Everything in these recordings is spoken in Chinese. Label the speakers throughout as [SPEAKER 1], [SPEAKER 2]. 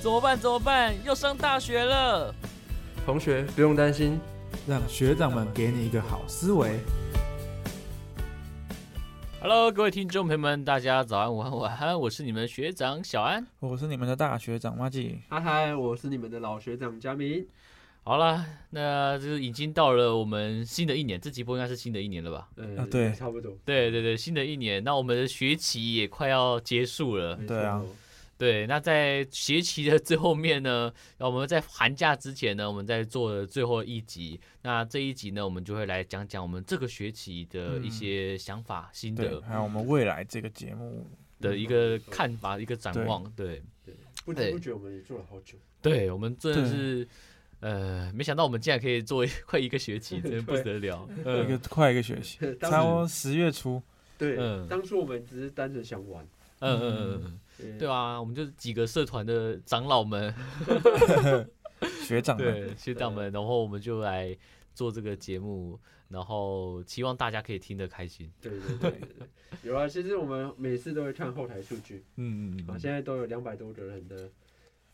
[SPEAKER 1] 怎么办？怎么办？要上大学了！
[SPEAKER 2] 同学不用担心，
[SPEAKER 3] 让学长们给你一个好思维。
[SPEAKER 1] Hello，各位听众朋友们，大家早安、午安、晚安，我是你们的学长小安。
[SPEAKER 4] 我是你们的大学长马季，
[SPEAKER 2] 嗨嗨，我是你们的老学长佳明。
[SPEAKER 1] 好啦，那就是已经到了我们新的一年，这集播应该是新的一年了吧？
[SPEAKER 2] 嗯
[SPEAKER 4] 啊对
[SPEAKER 2] 差不多。
[SPEAKER 1] 对对对，新的一年，那我们的学期也快要结束了。
[SPEAKER 2] 没
[SPEAKER 4] 对啊
[SPEAKER 2] 错，
[SPEAKER 1] 对，那在学期的最后面呢，那我们在寒假之前呢，我们在做最后一集。那这一集呢，我们就会来讲讲我们这个学期的一些想法、心
[SPEAKER 4] 嗯对，
[SPEAKER 1] 得
[SPEAKER 4] 还有我们未来这个节目，
[SPEAKER 1] 的一
[SPEAKER 2] 嗯
[SPEAKER 1] 个看法、一个展望。对，
[SPEAKER 2] 不知不觉我们也做了好久，
[SPEAKER 1] 对我们真的
[SPEAKER 4] 对
[SPEAKER 1] 是，呃，没想到我们竟然可以做一 快一个学期，真的 不得了。
[SPEAKER 4] 一个
[SPEAKER 1] 嗯
[SPEAKER 4] 快一个学期，
[SPEAKER 2] 当
[SPEAKER 4] 差不
[SPEAKER 2] 时
[SPEAKER 4] 多十月初，
[SPEAKER 2] 对，
[SPEAKER 1] 嗯
[SPEAKER 2] 当初我们只是单纯想玩，
[SPEAKER 1] 嗯嗯嗯，
[SPEAKER 2] 对
[SPEAKER 1] 对啊，我们就是几个社团的长老们，
[SPEAKER 4] 学长们，
[SPEAKER 1] 对学长们，然后我们就来做这个节目，然后期望大家可以听得开心。
[SPEAKER 2] 对对对对对，有啊。其实我们每次都会看后台数据
[SPEAKER 1] 嗯嗯
[SPEAKER 2] 啊，现在都有两百多个人的，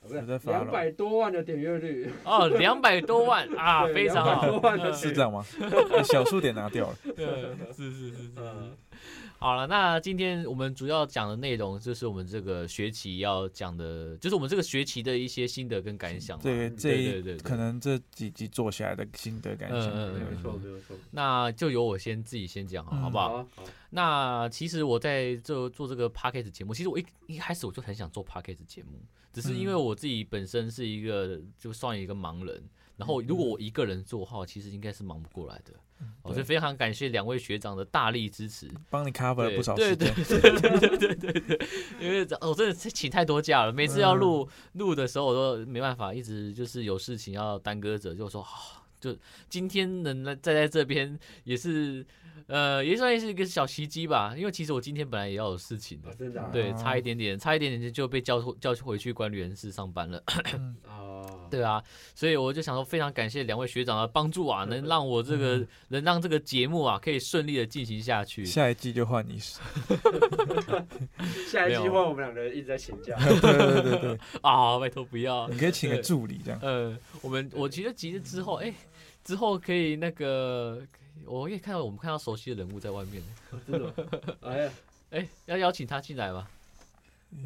[SPEAKER 2] 啊不是
[SPEAKER 4] 有在发
[SPEAKER 2] 两
[SPEAKER 4] 了
[SPEAKER 2] 百多万的点阅率，
[SPEAKER 1] 哦，两百多万啊，
[SPEAKER 2] 对
[SPEAKER 1] 非常
[SPEAKER 2] 200
[SPEAKER 1] 好。
[SPEAKER 2] 多万的
[SPEAKER 4] 是
[SPEAKER 2] 点
[SPEAKER 4] 这样吗？哎小数点拿掉了，
[SPEAKER 1] 嗯 是是是是。
[SPEAKER 2] 嗯
[SPEAKER 1] 好了，那今天我们主要讲的内容就是我们这个学期要讲的，就是我们这个学期的一些心得跟感想嘛。
[SPEAKER 4] 这个这
[SPEAKER 1] 对对
[SPEAKER 4] 一
[SPEAKER 1] 对对
[SPEAKER 4] 可能这几集做下来的心得感想，
[SPEAKER 1] 嗯
[SPEAKER 2] 没有错
[SPEAKER 1] 嗯
[SPEAKER 2] 没有错，
[SPEAKER 1] 那就由我先自己先讲好，
[SPEAKER 4] 嗯
[SPEAKER 1] 好不好？
[SPEAKER 2] 好好，
[SPEAKER 1] 那其实我在做做这个 podcast 节目，其实我一一开始我就很想做 podcast 节目，只是因为
[SPEAKER 4] 嗯
[SPEAKER 1] 我自己本身是一个就算一个盲人，然后如果我一个人做的话，其实应该是忙不过来的。我所以
[SPEAKER 4] 嗯对
[SPEAKER 1] 非常感谢两位学长的大力支持，
[SPEAKER 4] 帮你 cover 了不少
[SPEAKER 1] 对
[SPEAKER 4] 时
[SPEAKER 1] 对
[SPEAKER 4] 间，
[SPEAKER 1] 对对对对对对，因为这哦我真的是请太多假了，每次要录录的时候，我都没办法，一直就是有事情要耽搁着，就说啊就今天能来站在这边也是，呃，也算是一个小奇迹吧，因为其实我今天本来也要有事情的
[SPEAKER 2] 啊，真的啊
[SPEAKER 1] 对，
[SPEAKER 4] 啊
[SPEAKER 1] 差一点点，差一点点就被叫叫回去管理员室上班了。
[SPEAKER 4] 嗯
[SPEAKER 2] 啊，
[SPEAKER 1] 对啊，所以我就想说，非常感谢两位学长的帮助啊，能让我这个、能让这个节目啊可以顺利的进行下去。
[SPEAKER 4] 下一季就换你，
[SPEAKER 2] 下一
[SPEAKER 1] 没
[SPEAKER 2] 季
[SPEAKER 1] 有
[SPEAKER 2] 换我们两个人一直在请 假，
[SPEAKER 4] 对对对对，
[SPEAKER 1] 啊，拜托不要。
[SPEAKER 4] 你可以请个
[SPEAKER 1] 对
[SPEAKER 4] 助理这样，
[SPEAKER 1] 呃，我们我觉得其实之后，哎、之后可以那个，我也看到我们看到熟悉的人物在外面，
[SPEAKER 2] 真的吗，哎呀，
[SPEAKER 1] 哎、要邀请他进来吗？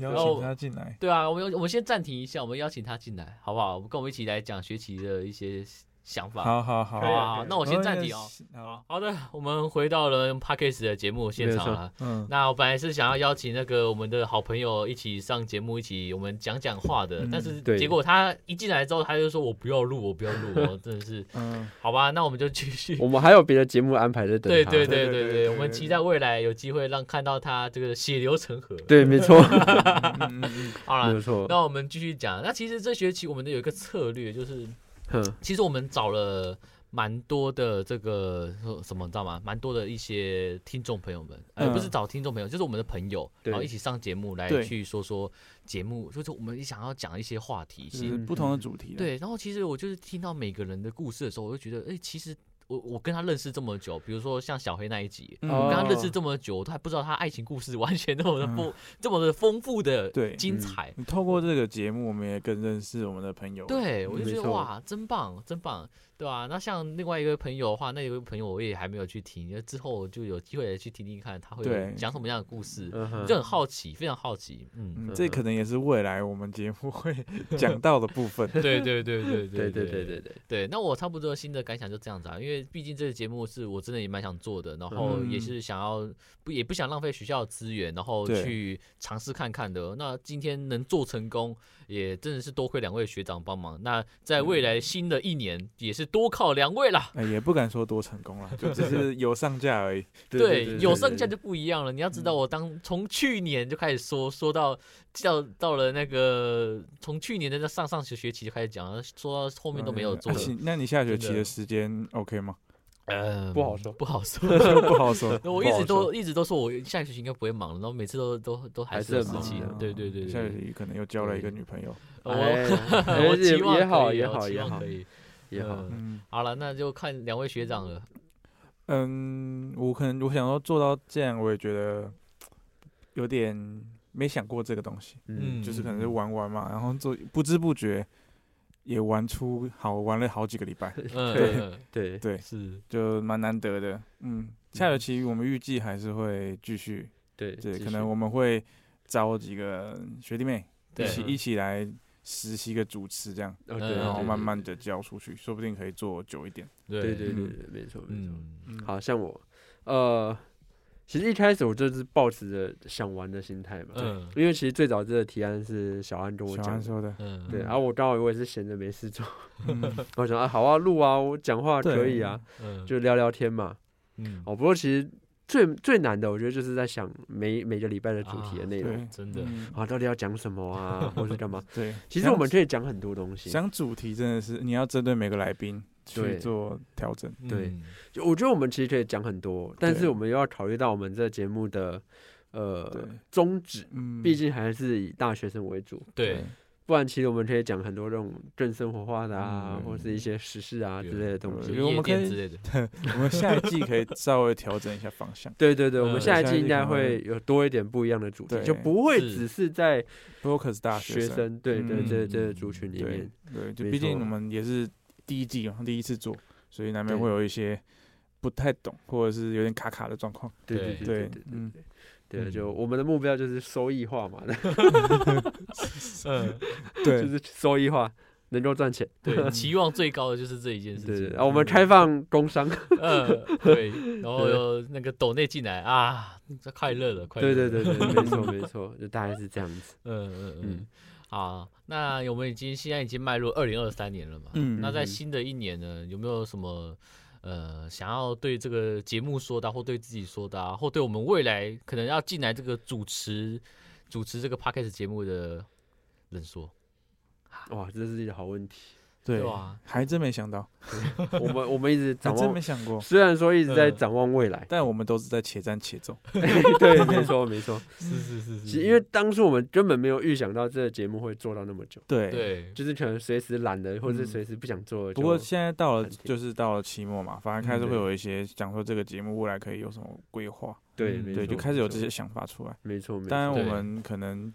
[SPEAKER 4] 邀
[SPEAKER 1] 然后
[SPEAKER 4] 请他进来，
[SPEAKER 1] 对啊，我们我们先暂停一下，我们邀请他进来，好不好？我们跟我们一起来讲学习的一些想法。
[SPEAKER 4] 好好好
[SPEAKER 2] 可以啊
[SPEAKER 4] 啊，
[SPEAKER 1] 啊，那我先暂停哦。
[SPEAKER 4] 好，
[SPEAKER 1] 好的，我们回到了 p a c k a s 的节目现场
[SPEAKER 2] 没
[SPEAKER 1] 了。
[SPEAKER 4] 嗯，
[SPEAKER 1] 那我本来是想要邀请那个我们的好朋友一起上节目，一起我们讲讲话的，
[SPEAKER 4] 嗯
[SPEAKER 1] 但是
[SPEAKER 2] 对
[SPEAKER 1] 结果他一进来之后，他就说我不要录，我不要录，我真的是
[SPEAKER 4] 嗯，
[SPEAKER 1] 好吧，那我们就继续
[SPEAKER 2] 我们还有别的节目安排在等
[SPEAKER 1] 对
[SPEAKER 2] 他
[SPEAKER 1] 对
[SPEAKER 4] 对
[SPEAKER 1] 对
[SPEAKER 4] 对
[SPEAKER 1] 对
[SPEAKER 4] 对
[SPEAKER 1] 对，我们
[SPEAKER 4] 对
[SPEAKER 1] 期
[SPEAKER 4] 对
[SPEAKER 1] 待未来有机会让看到他这个血流成河。，
[SPEAKER 2] 对，没错，
[SPEAKER 4] 嗯嗯嗯
[SPEAKER 1] 好
[SPEAKER 2] 没
[SPEAKER 1] 了
[SPEAKER 2] 有，错，
[SPEAKER 1] 那我们继续讲。那其实这学期我们的有一个策略，就是
[SPEAKER 2] 哼，
[SPEAKER 1] 其实我们找了蛮多的这个呃什么，你知道吗？蛮多的一些听众朋友们，而、
[SPEAKER 4] 嗯
[SPEAKER 1] 不是找听众朋友，就是我们的朋友，
[SPEAKER 2] 对
[SPEAKER 1] 然后一起上节目来
[SPEAKER 4] 对
[SPEAKER 1] 去说说节目，就是我们想要讲一些话题
[SPEAKER 4] 就
[SPEAKER 1] 性。
[SPEAKER 4] 是不同的主题，，
[SPEAKER 1] 对，然后其实我就是听到每个人的故事的时候，我就觉得，哎、其实我我跟他认识这么久，比如说像小黑那一集，
[SPEAKER 4] 嗯
[SPEAKER 1] 我跟
[SPEAKER 2] 哦嗯
[SPEAKER 1] 他认识这么久，我都还不知道他爱情故事完全那么的丰、这么的丰富的
[SPEAKER 4] 对
[SPEAKER 1] 精彩。
[SPEAKER 4] 你透过这个节目，我们也更认识我们的朋友。，
[SPEAKER 1] 对，我就
[SPEAKER 2] 没
[SPEAKER 1] 觉得
[SPEAKER 2] 错
[SPEAKER 1] 哇，真棒，真棒，对吧、那像另外一个朋友的话，那有个朋友我也还没有去听，那之后我就有机会去听听看他会有
[SPEAKER 4] 对
[SPEAKER 1] 讲什么样的故事，
[SPEAKER 2] 嗯哼
[SPEAKER 1] 就很好奇，非常好奇。嗯，
[SPEAKER 4] 嗯，这可能也是未来我们节目 会讲到的部分。
[SPEAKER 1] 对对对对对
[SPEAKER 2] 对对对对对，
[SPEAKER 1] 对，那我差不多新的感想就这样子啊，因为毕竟这个节目是我真的也蛮想做的，然后也
[SPEAKER 4] 嗯
[SPEAKER 1] 是想要不也不想浪费学校的资源，然后
[SPEAKER 4] 对
[SPEAKER 1] 去尝试看看的。哦那今天能做成功，也真的是多亏两位学长帮忙。那在未
[SPEAKER 4] 嗯
[SPEAKER 1] 来新的一年，也是多靠两位啦。
[SPEAKER 4] 哎，也不敢说多成功了，就只是有上架而已。
[SPEAKER 1] 有上架就不一样了。你要
[SPEAKER 4] 嗯
[SPEAKER 1] 知道，我当从去年就开始说，说到到到了那个从去年的那上上学学期就开始讲了，说到 后面都没有做
[SPEAKER 4] 啊
[SPEAKER 1] 了。
[SPEAKER 4] 行那你下学期
[SPEAKER 1] 真的
[SPEAKER 4] 的时间 OK 吗？
[SPEAKER 1] 呃，
[SPEAKER 2] 不好说
[SPEAKER 1] 不好说。。
[SPEAKER 4] 不好说
[SPEAKER 1] 我一直
[SPEAKER 4] 不好
[SPEAKER 1] 都
[SPEAKER 4] 说
[SPEAKER 1] 一直都说我下学期应该不会忙了，然后每次都都都还是有
[SPEAKER 2] 还是
[SPEAKER 1] 事
[SPEAKER 2] 很忙啊
[SPEAKER 1] 情
[SPEAKER 2] 的。
[SPEAKER 1] 对对对
[SPEAKER 4] 嗯下
[SPEAKER 1] 对
[SPEAKER 4] 学
[SPEAKER 1] 对，
[SPEAKER 4] 期可能又交了一个女朋友。
[SPEAKER 1] 我
[SPEAKER 2] 哎
[SPEAKER 1] 哦 我期望
[SPEAKER 2] 也好
[SPEAKER 1] 可以
[SPEAKER 2] 也
[SPEAKER 1] 我
[SPEAKER 2] 好
[SPEAKER 1] 期
[SPEAKER 2] 也
[SPEAKER 1] 望
[SPEAKER 2] 好
[SPEAKER 1] 可以
[SPEAKER 2] 也好，
[SPEAKER 1] 嗯
[SPEAKER 4] 嗯
[SPEAKER 1] 好了，那就看两位学长了。
[SPEAKER 4] 嗯嗯，我可能我想要做到这样，我也觉得有点没想过这个东西，
[SPEAKER 1] 嗯
[SPEAKER 4] 就是可能是玩玩嘛，然后做不知不觉也玩出好玩了好几个礼拜，
[SPEAKER 1] 嗯，
[SPEAKER 4] 对
[SPEAKER 1] 嗯
[SPEAKER 2] 对，
[SPEAKER 4] 对，
[SPEAKER 1] 是，
[SPEAKER 4] 就蛮难得的。嗯，下学期我们预计还是会继续，
[SPEAKER 2] 对
[SPEAKER 4] 对，
[SPEAKER 1] 继
[SPEAKER 4] 可能
[SPEAKER 1] 续
[SPEAKER 4] 我们会招几个学弟妹一
[SPEAKER 1] 对
[SPEAKER 4] 起一起来实习个主持这样，
[SPEAKER 2] 哦
[SPEAKER 1] 嗯
[SPEAKER 2] 对，
[SPEAKER 4] 然后
[SPEAKER 1] 对
[SPEAKER 4] 慢
[SPEAKER 1] 对
[SPEAKER 4] 慢的教出去，说不定可以做久一点。
[SPEAKER 1] 对
[SPEAKER 2] 对对对
[SPEAKER 4] 嗯
[SPEAKER 2] 对，没错没错。
[SPEAKER 1] 嗯，
[SPEAKER 4] 嗯，
[SPEAKER 2] 好像我，呃，其实一开始我就是抱持着想玩的心态嘛，
[SPEAKER 1] 嗯
[SPEAKER 2] 因为其实最早这个提案是小安跟我
[SPEAKER 4] 小
[SPEAKER 2] 讲
[SPEAKER 4] 安
[SPEAKER 2] 的，
[SPEAKER 4] 说的，
[SPEAKER 1] 嗯，
[SPEAKER 2] 对，
[SPEAKER 4] 嗯
[SPEAKER 2] 然后我刚好我也是闲着没事做，
[SPEAKER 4] 嗯
[SPEAKER 2] 我想啊，好啊，录啊，我讲话可以啊，，
[SPEAKER 1] 嗯，
[SPEAKER 2] 就聊聊天嘛。
[SPEAKER 1] 嗯，
[SPEAKER 2] 哦，不过其实最最难的，我觉得就是在想每每个礼拜的主题的内
[SPEAKER 4] 啊
[SPEAKER 2] 容。
[SPEAKER 4] 对对，
[SPEAKER 1] 啊真的
[SPEAKER 4] 嗯
[SPEAKER 2] 啊，到底要讲什么 啊，或是干嘛？
[SPEAKER 4] 对，
[SPEAKER 2] 其实
[SPEAKER 4] 想
[SPEAKER 2] 我们可以讲很多东西。
[SPEAKER 4] 想主题真的是你要针对每个来宾去
[SPEAKER 2] 对
[SPEAKER 4] 做调整，
[SPEAKER 2] 对
[SPEAKER 1] 嗯
[SPEAKER 2] 就我觉得我们其实可以讲很多，但
[SPEAKER 4] 对
[SPEAKER 2] 是我们又要考虑到我们这节目的
[SPEAKER 4] 对
[SPEAKER 2] 呃宗旨，
[SPEAKER 4] 嗯，
[SPEAKER 2] 毕竟还是以大学生为主。
[SPEAKER 1] 对，
[SPEAKER 2] 不然其实我们可以讲很多这种更生活化的啊，
[SPEAKER 4] 嗯
[SPEAKER 2] 或是一些时事啊
[SPEAKER 1] 对
[SPEAKER 2] 之类的东西，
[SPEAKER 4] 对因。为我
[SPEAKER 1] 夜
[SPEAKER 4] 们可
[SPEAKER 1] 店
[SPEAKER 4] 以
[SPEAKER 1] 之类的，
[SPEAKER 4] 我们下一季可以稍微调整一下方向
[SPEAKER 2] 对对对，我们
[SPEAKER 1] 嗯
[SPEAKER 2] 下一
[SPEAKER 4] 下一
[SPEAKER 2] 季
[SPEAKER 4] 季
[SPEAKER 2] 应该
[SPEAKER 4] 可能
[SPEAKER 2] 会有多一点不一样的主题，
[SPEAKER 4] 对
[SPEAKER 2] 就不会
[SPEAKER 1] 是
[SPEAKER 2] 只是在
[SPEAKER 4] focus 大
[SPEAKER 2] 学
[SPEAKER 4] 生，
[SPEAKER 2] 生对对对
[SPEAKER 1] 嗯
[SPEAKER 2] 对的族群里
[SPEAKER 4] 对
[SPEAKER 2] 面。
[SPEAKER 4] 对，就
[SPEAKER 2] 没
[SPEAKER 4] 毕竟
[SPEAKER 2] 错
[SPEAKER 4] 我们也是第一季嘛，第一次做，所以难免
[SPEAKER 2] 对
[SPEAKER 4] 会有一些不太懂或者是有点卡卡的状况。
[SPEAKER 2] 对
[SPEAKER 1] 对
[SPEAKER 2] 对对对对
[SPEAKER 4] 嗯，
[SPEAKER 2] 对对，
[SPEAKER 1] 嗯
[SPEAKER 2] 就我们的目标就是收益化嘛，
[SPEAKER 1] 嗯，
[SPEAKER 4] 对
[SPEAKER 2] 就是收益化。能够赚钱，
[SPEAKER 1] 对，期望最高的就是嗯这一件
[SPEAKER 2] 对
[SPEAKER 1] 事
[SPEAKER 2] 对
[SPEAKER 1] 情
[SPEAKER 2] 对，。啊，我们开放工商，
[SPEAKER 1] 嗯，对，然后
[SPEAKER 2] 对
[SPEAKER 1] 有那个抖内进来啊，这快乐了，快乐。
[SPEAKER 2] 对对，对 对，没错没错，就大概是这样子。
[SPEAKER 1] 嗯嗯嗯
[SPEAKER 2] 嗯。
[SPEAKER 1] 好，那我们已经现在已经迈入二零二三年了嘛？
[SPEAKER 4] 嗯
[SPEAKER 1] 那在
[SPEAKER 2] 嗯
[SPEAKER 1] 新的一年呢，有没有什么呃想要对这个节目说的啊，或对自己说的啊，或对我们未来可能要进来这个主持主持这个 podcast 节目的人说？
[SPEAKER 2] 哇，这是一个好 问题。
[SPEAKER 4] 对
[SPEAKER 1] 对啊
[SPEAKER 4] 还真没想到，
[SPEAKER 2] 我们我们一直
[SPEAKER 4] 还
[SPEAKER 2] 展
[SPEAKER 4] 真
[SPEAKER 2] 望
[SPEAKER 4] 没，想过，
[SPEAKER 2] 虽然说一直在
[SPEAKER 1] 嗯
[SPEAKER 2] 展望未 来，
[SPEAKER 4] 但我们都是在且战且走。
[SPEAKER 2] 对，没错 没错。
[SPEAKER 1] 是是是
[SPEAKER 2] 其实因为当初我们根本没有预想到这个节目会做到那么久，
[SPEAKER 4] 对，
[SPEAKER 1] 对，
[SPEAKER 2] 就是可能随时懒了，或者
[SPEAKER 4] 嗯
[SPEAKER 2] 是随时不想做了就。
[SPEAKER 4] 不过现在到了
[SPEAKER 2] 很甜
[SPEAKER 4] 就是到了期末嘛，反而开始
[SPEAKER 2] 嗯
[SPEAKER 4] 会
[SPEAKER 2] 对
[SPEAKER 4] 有一些讲说这个节目未来可以有什么规划，
[SPEAKER 2] 对
[SPEAKER 1] 嗯
[SPEAKER 2] 没
[SPEAKER 4] 对，
[SPEAKER 2] 错
[SPEAKER 4] 就开始有
[SPEAKER 2] 没
[SPEAKER 4] 这
[SPEAKER 2] 错
[SPEAKER 4] 些想法出来。
[SPEAKER 2] 没错没错。
[SPEAKER 4] 当然，我
[SPEAKER 1] 对
[SPEAKER 4] 们可能